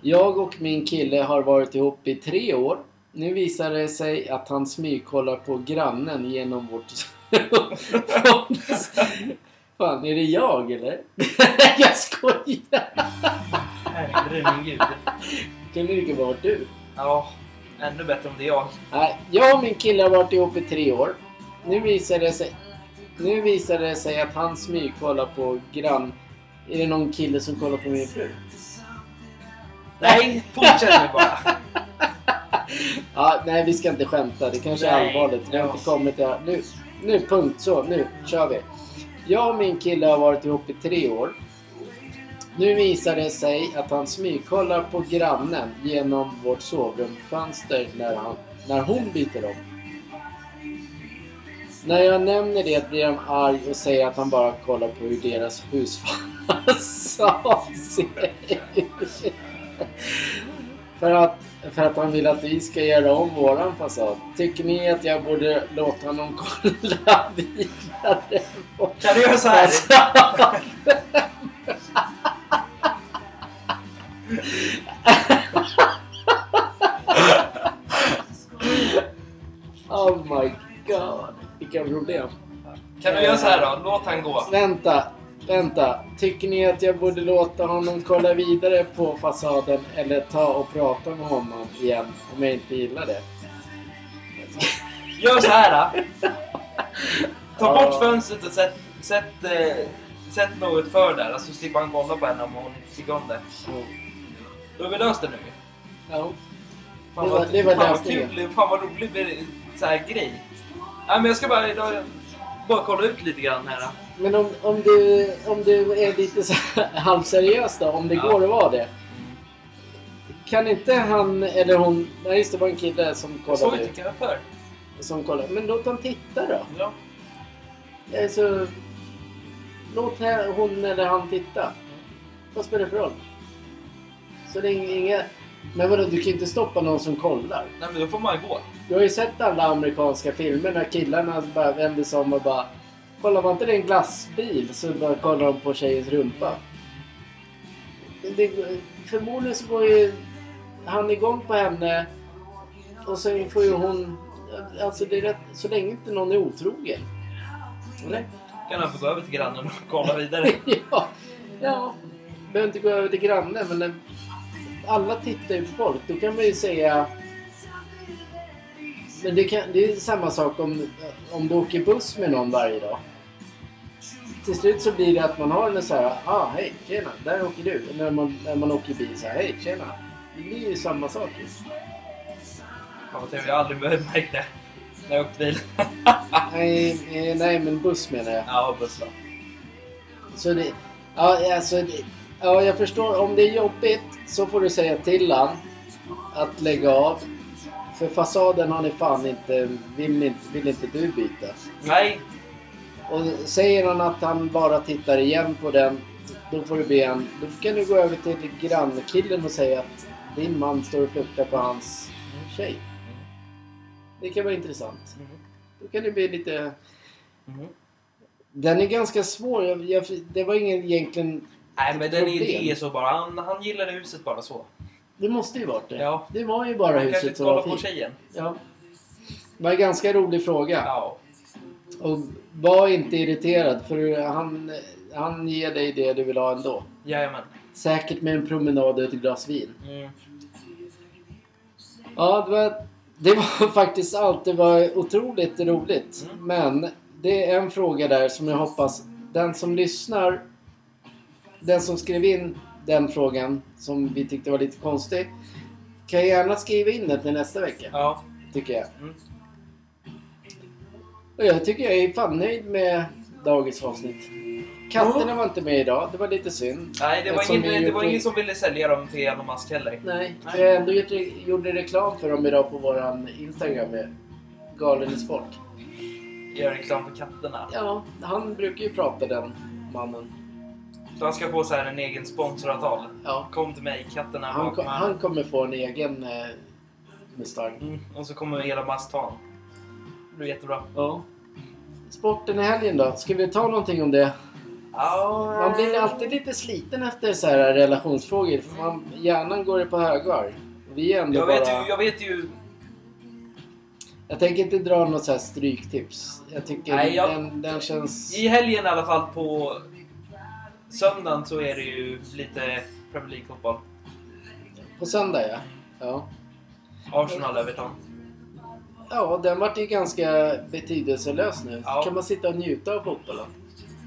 Jag och min kille har varit ihop i tre år. Nu visar det sig att han smygkollar på grannen genom vårt... Fan, är det jag eller? jag skojar! Herregud. Det kunde lika bra varit du. Ja, ännu bättre om det är jag. Nej, jag och min kille har varit ihop i tre år. Nu visar det sig, nu visar det sig att han smygkollar på grann... Är det någon kille som kollar på min fru? Nej, fortsätt nu bara. Ja, nej, vi ska inte skämta. Det kanske är Nej, allvarligt. Vi har ja. inte kommit till... Nu, nu, punkt. Så, nu kör vi. Jag och min kille har varit ihop i tre år. Nu visar det sig att han smygkollar på grannen genom vårt sovrumfönster när, han, när hon byter om. När jag nämner det blir han arg och säger att han bara kollar på hur deras husfasad ser ut. För att, för att han vill att vi ska göra om våran fasad. Tycker ni att jag borde låta honom kolla vidare på Kan du göra så här? fasaden? Oh my god. Vilka problem. Kan du göra så här då? Låt han gå. Vänta, vänta. Tycker ni att jag borde låta honom kolla vidare på fasaden eller ta och prata med honom igen om jag inte gillar det? Gör så här. Då. Ta Ja. bort fönstret och sätt, sätt, eh, sätt något för där. Så slipper han kolla på henne om hon inte tycker om det. Då har vi löst det nu. Ja. Fan Det var- vad, det var fan vad lösningen. kul. Fan vad rolig blir- så här grej. Nej, men jag ska bara, idag, bara kolla ut lite grann här. Då. Men om, om, du, om du är lite så här halvseriös då, om det Ja. går att vara det. Kan inte han eller hon... Nej just det, det var en kille som Jag såg kollade. inte jag för. Som kollade. Men låt han titta då. Ja. Alltså, låt he- hon eller han titta. Vad spelar det för roll? Så det är inga... Men vadå, du kan ju inte stoppa någon som kollar. Nej, men då får man gå. Du har ju sett alla amerikanska filmer när killarna bara vänder sig om och bara... Kollar man inte det är en glassbil så bara kollar de på tjejens rumpa. Det, förmodligen så går ju han igång på henne och sen får ju hon... Alltså det är rätt, så länge inte någon är otrogen. Eller? Kan han få gå över till grannen och kolla vidare. ja. ja. Behöver inte gå över till grannen men när alla tittar ju på folk. Då kan man ju säga... Men det, kan, det är samma sak om, om du åker buss med någon varje dag. Till slut så blir det att man har en så här, ah hej tjena, där åker du. Och när man, när man åker bil så här, hej tjena. Det blir ju samma sak. ju. Fan vad trevligt, jag har aldrig märkt det. När jag åkt bil. Nej, eh, nej men buss menar jag. Ja, buss då. Mm. Så det, ja, alltså, det, ja, jag förstår. Om det är jobbigt så får du säga till han att lägga av. För fasaden har ni fan inte, vill inte, vill inte du byta. Nej, Och säger han att han bara tittar igen på den, då får du be han, då kan du gå över till grannkillen och säga att din man står och fluktar på hans tjej. Det kan vara intressant. Mhm. Då kan det bli lite Mm. Mhm. den är ganska svår. Jag, jag, det var ingen egentligen... Nej men den problem. idén är så bara. Han, han gillade huset bara så. Det måste ju varit det. Ja. Det var ju bara Han kanske huset inte som var kolla på fint. tjejen. Ja. Det var en ganska rolig fråga. Ja. Och var inte irriterad för han, han ger dig det du vill ha ändå. Jajamän. Säkert med en promenad och ett glas vin. Mm. Ja, det var, det var faktiskt allt. Det var otroligt roligt. Mm. Men det är en fråga där som jag hoppas den som lyssnar, den som skrev in den frågan som vi tyckte var lite konstig, kan gärna skriva in den till nästa vecka, Ja. tycker jag. Mm. Och jag tycker jag är fan nöjd med dagens avsnitt. Katterna var inte med idag, det var lite synd. Nej det var, Eftersom vi ingen, det var gjorde- ingen som ville sälja dem till Elon Musk heller. Nej, Nej. för jag ändå gjort, gjorde reklam för dem idag på våran Instagram med Galen i sport. Gör reklam för katterna. Ja, han brukar ju prata den mannen. Så han ska få så här en egen sponsoravtal. Ja, Kom till mig, katterna han, ko- bakom här. han kommer få en egen eh, Mustang. Mm. Och så kommer Elon Musk ta honom. Det blir jättebra. Ja. Sporten i helgen då? Ska vi ta någonting om det? Man blir alltid lite sliten efter så här relationsfrågor. För man, hjärnan går ju på högvarv. Vi är ändå jag, bara... vet ju, jag vet ju... Jag tänker inte dra något så här stryktips. Jag tycker Nej, jag- Den, den känns... I helgen i alla fall på söndagen så är det ju lite Premier League-fotboll. På söndag ja. ja. Arsenal, Everton. Ja, den vart ju ganska betydelselös nu. Ja. Kan man sitta och njuta av fotbollen?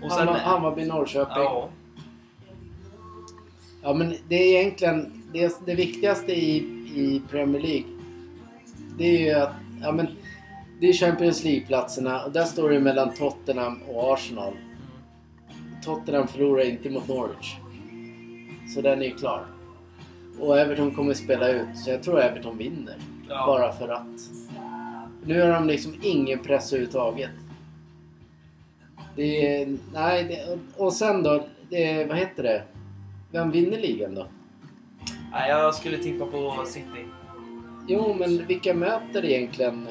Och sen... Hammar, Hammarby, Norrköping. Ja. ja, men det är egentligen det, det viktigaste i, i Premier League. Det är ju att, ja men, det är Champions League-platserna och där står det mellan Tottenham och Arsenal. Tottenham förlorar inte mot Norwich. Så den är ju klar. Och Everton kommer spela ut, så jag tror Everton vinner. ja. Bara för att. Nu har de liksom ingen press överhuvudtaget. Det är, nej, det, och sen då, det, vad heter det? Vem vinner ligan då? Nej, jag skulle tippa på City. Mm. Jo, men vilka möter egentligen?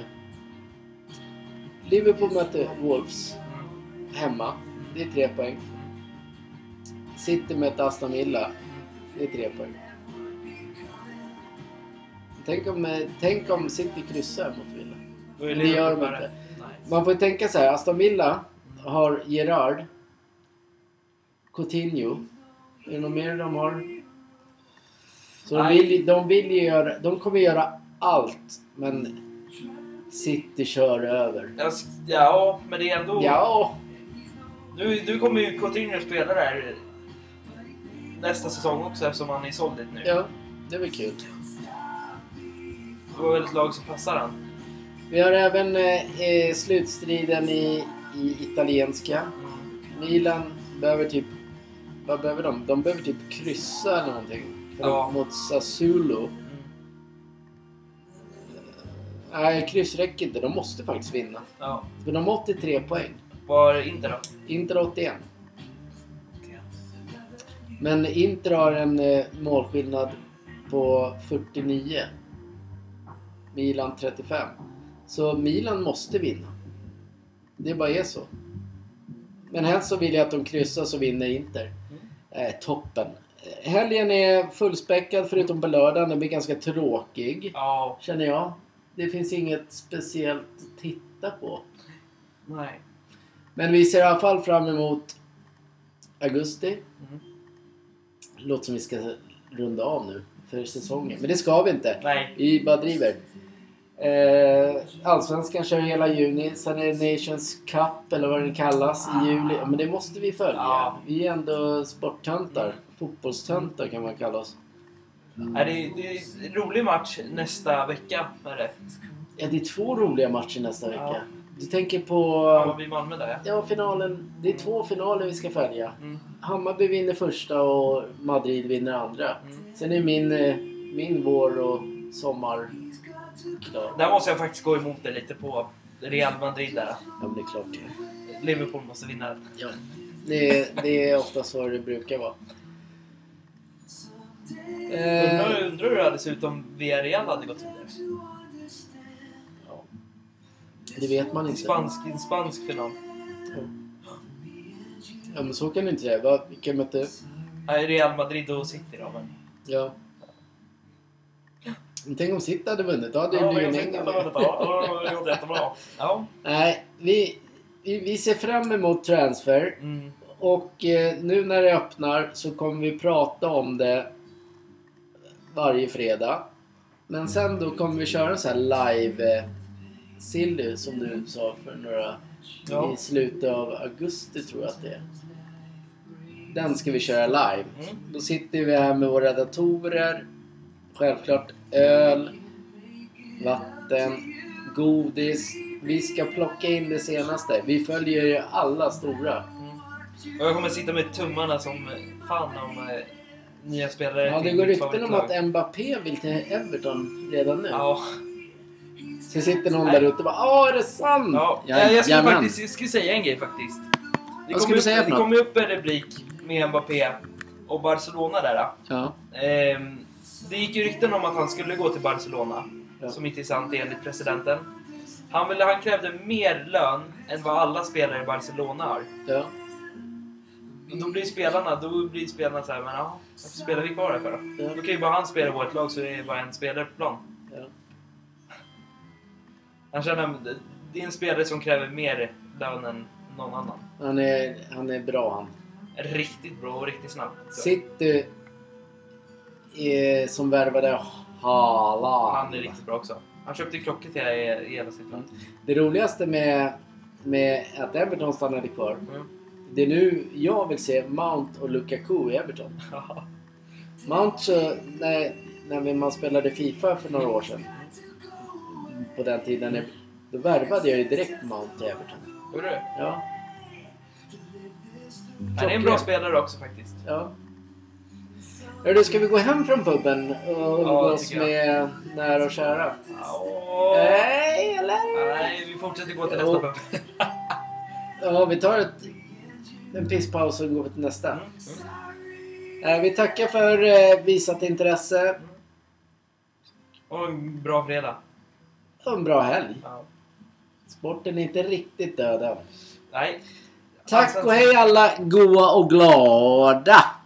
Liverpool möter Wolves Mm. hemma. Det är tre poäng. City möter Aston Villa. Det är tre poäng. Tänk om, eh, tänk om City kryssar mot Villa. Då är Men det gör de Liverpool inte. före. Nej. Man får ju tänka så här. Aston Villa har Gerard. Coutinho. Är det något mer de har? Så de Nej. vill, ju- de vill ju göra... De kommer göra allt. Men City kör över. Jag sk- Ja, men det är ändå... Ja, Nu, nu kommer ju Coutinho spela där nästa säsong också eftersom han är såld dit nu. ja, det är väl kul. Det var väl ett lag som passar han. Vi har även eh, eh, slutstriden i, i italienska. Mm. Milan behöver typ... Vad behöver de? De behöver typ kryssa eller någonting. För Ja. Mot Sassuolo. Mm. Nej, kryss räcker inte. De måste faktiskt vinna. Ja. För de har 83 poäng. Var Inter då? Inter har 81. Men Inter har en eh, målskillnad på 49. Milan 35. Så Milan måste vinna. Det bara är så. Men helst så vill jag att de kryssar så vinner Inter. Eh, toppen. Eh, Helgen är fullspäckad förutom på lördagen. Den blir ganska tråkig. Ja. Känner jag. Det finns inget speciellt att titta på. Nej. Men vi ser i alla fall fram emot augusti. Mm. Låter som vi ska runda av nu för säsongen. Men det ska vi inte. Nej. Vi bara driver. Eh, Allsvenskan kör hela juni. Sen är det Nations Cup eller vad den kallas i juli. Ja, Men det måste vi följa. Ja. Mm. Vi är ändå sporttöntar. Fotbollstöntar kan man kalla oss. Mm. Nej, det, det är en rolig match nästa vecka. Är det? Ja, det är två roliga matcher nästa vecka. Ja. Du tänker på... Hammarby Malmö där ja. Ja, finalen. Det är två finaler vi ska följa. Mm. Hammarby vinner första och Madrid vinner andra. Mm. Sen är min, eh, min vår och sommar klar. Där måste jag faktiskt gå emot dig lite på Real Madrid där. Ja, men det är klart det. Liverpool måste vinna den. Ja. Det, det är ofta så det brukar vara. Undrar, Eh, undrar hur det hade sett ut om Villarreal hade gått vidare. ja. Det vet man inte. Spansk, en spansk final. Ja, men så kan du inte säga. Va? Vilka mötte... Nej, Real Madrid och City då, men... Ja. Men tänk om City hade vunnit. Då hade det Ja, men jag blivit en tänkte engelsk. att de hade tagit- ja, de har gjort jättebra. Ja. Nej, vi, vi, vi ser fram emot transfer. Mm. Och eh, nu när det öppnar så kommer vi prata om det varje fredag. Men sen då kommer vi köra en sån här live eh, silly som du sa för några... Ja. I slutet av augusti tror jag att det är. Den ska vi köra live. Mm. Då sitter vi här med våra datorer. Självklart öl, vatten, godis. Vi ska plocka in det senaste. Vi följer ju alla stora. Mm. Och jag kommer sitta med tummarna som fan om eh, nya spelare Ja, det till går mitt rykten om favoritlag. att Mbappé vill till Everton redan nu. Ja, Så sitter någon där ute och bara ”Åh, är det sant?” ja. Jag, jag, skulle Jajamän. faktiskt, jag skulle säga en grej faktiskt. Det Vad kom ska du upp- säga för Det något? kom upp en replik med Mbappé och Barcelona där. då. Ja. Ehm, det gick ju rykten om att han skulle gå till Barcelona, Ja. som inte är sant enligt presidenten. Han, ville, han krävde mer lön än vad alla spelare i Barcelona har. ja. Och Då blir spelarna, då blir spelarna så här, men ja, varför spelar vi kvar här för då? Ja. Då kan ju bara han spela i vårt lag så det är bara en spelare på plan. ja. Han känner, det är en spelare som kräver mer lön än någon annan. Han, är, han är bra han. Riktigt bra och riktigt snabb. Så. City eh, som värvade Haaland. Han är riktigt bra också. Han köpte ju klockor till i i hela sitt land. Det roligaste med, med att Everton stannade kvar, Mm. det är nu jag vill se Mount och Lukaku i Everton. Ja. Mount så, när, när man spelade Fifa för några år sedan, på den tiden, jag- då värvade jag ju direkt Mount till Everton. Gjorde du? Ja, Han är en bra spelare också faktiskt. ja. Hörru, ska vi gå hem från puben och umgås tycker med nära och kära? Åh. Nej, eller? Äh. Nej, vi fortsätter gå till Jo. nästa pub. Ja, vi tar ett, en pisspaus och går till nästa. Mm. Mm. Eh, Vi tackar för eh, visat intresse Och en bra fredag. och en bra helg. Ja. Sporten är inte riktigt död än. Nej. Alltså, Tack och hej alla goa och glada!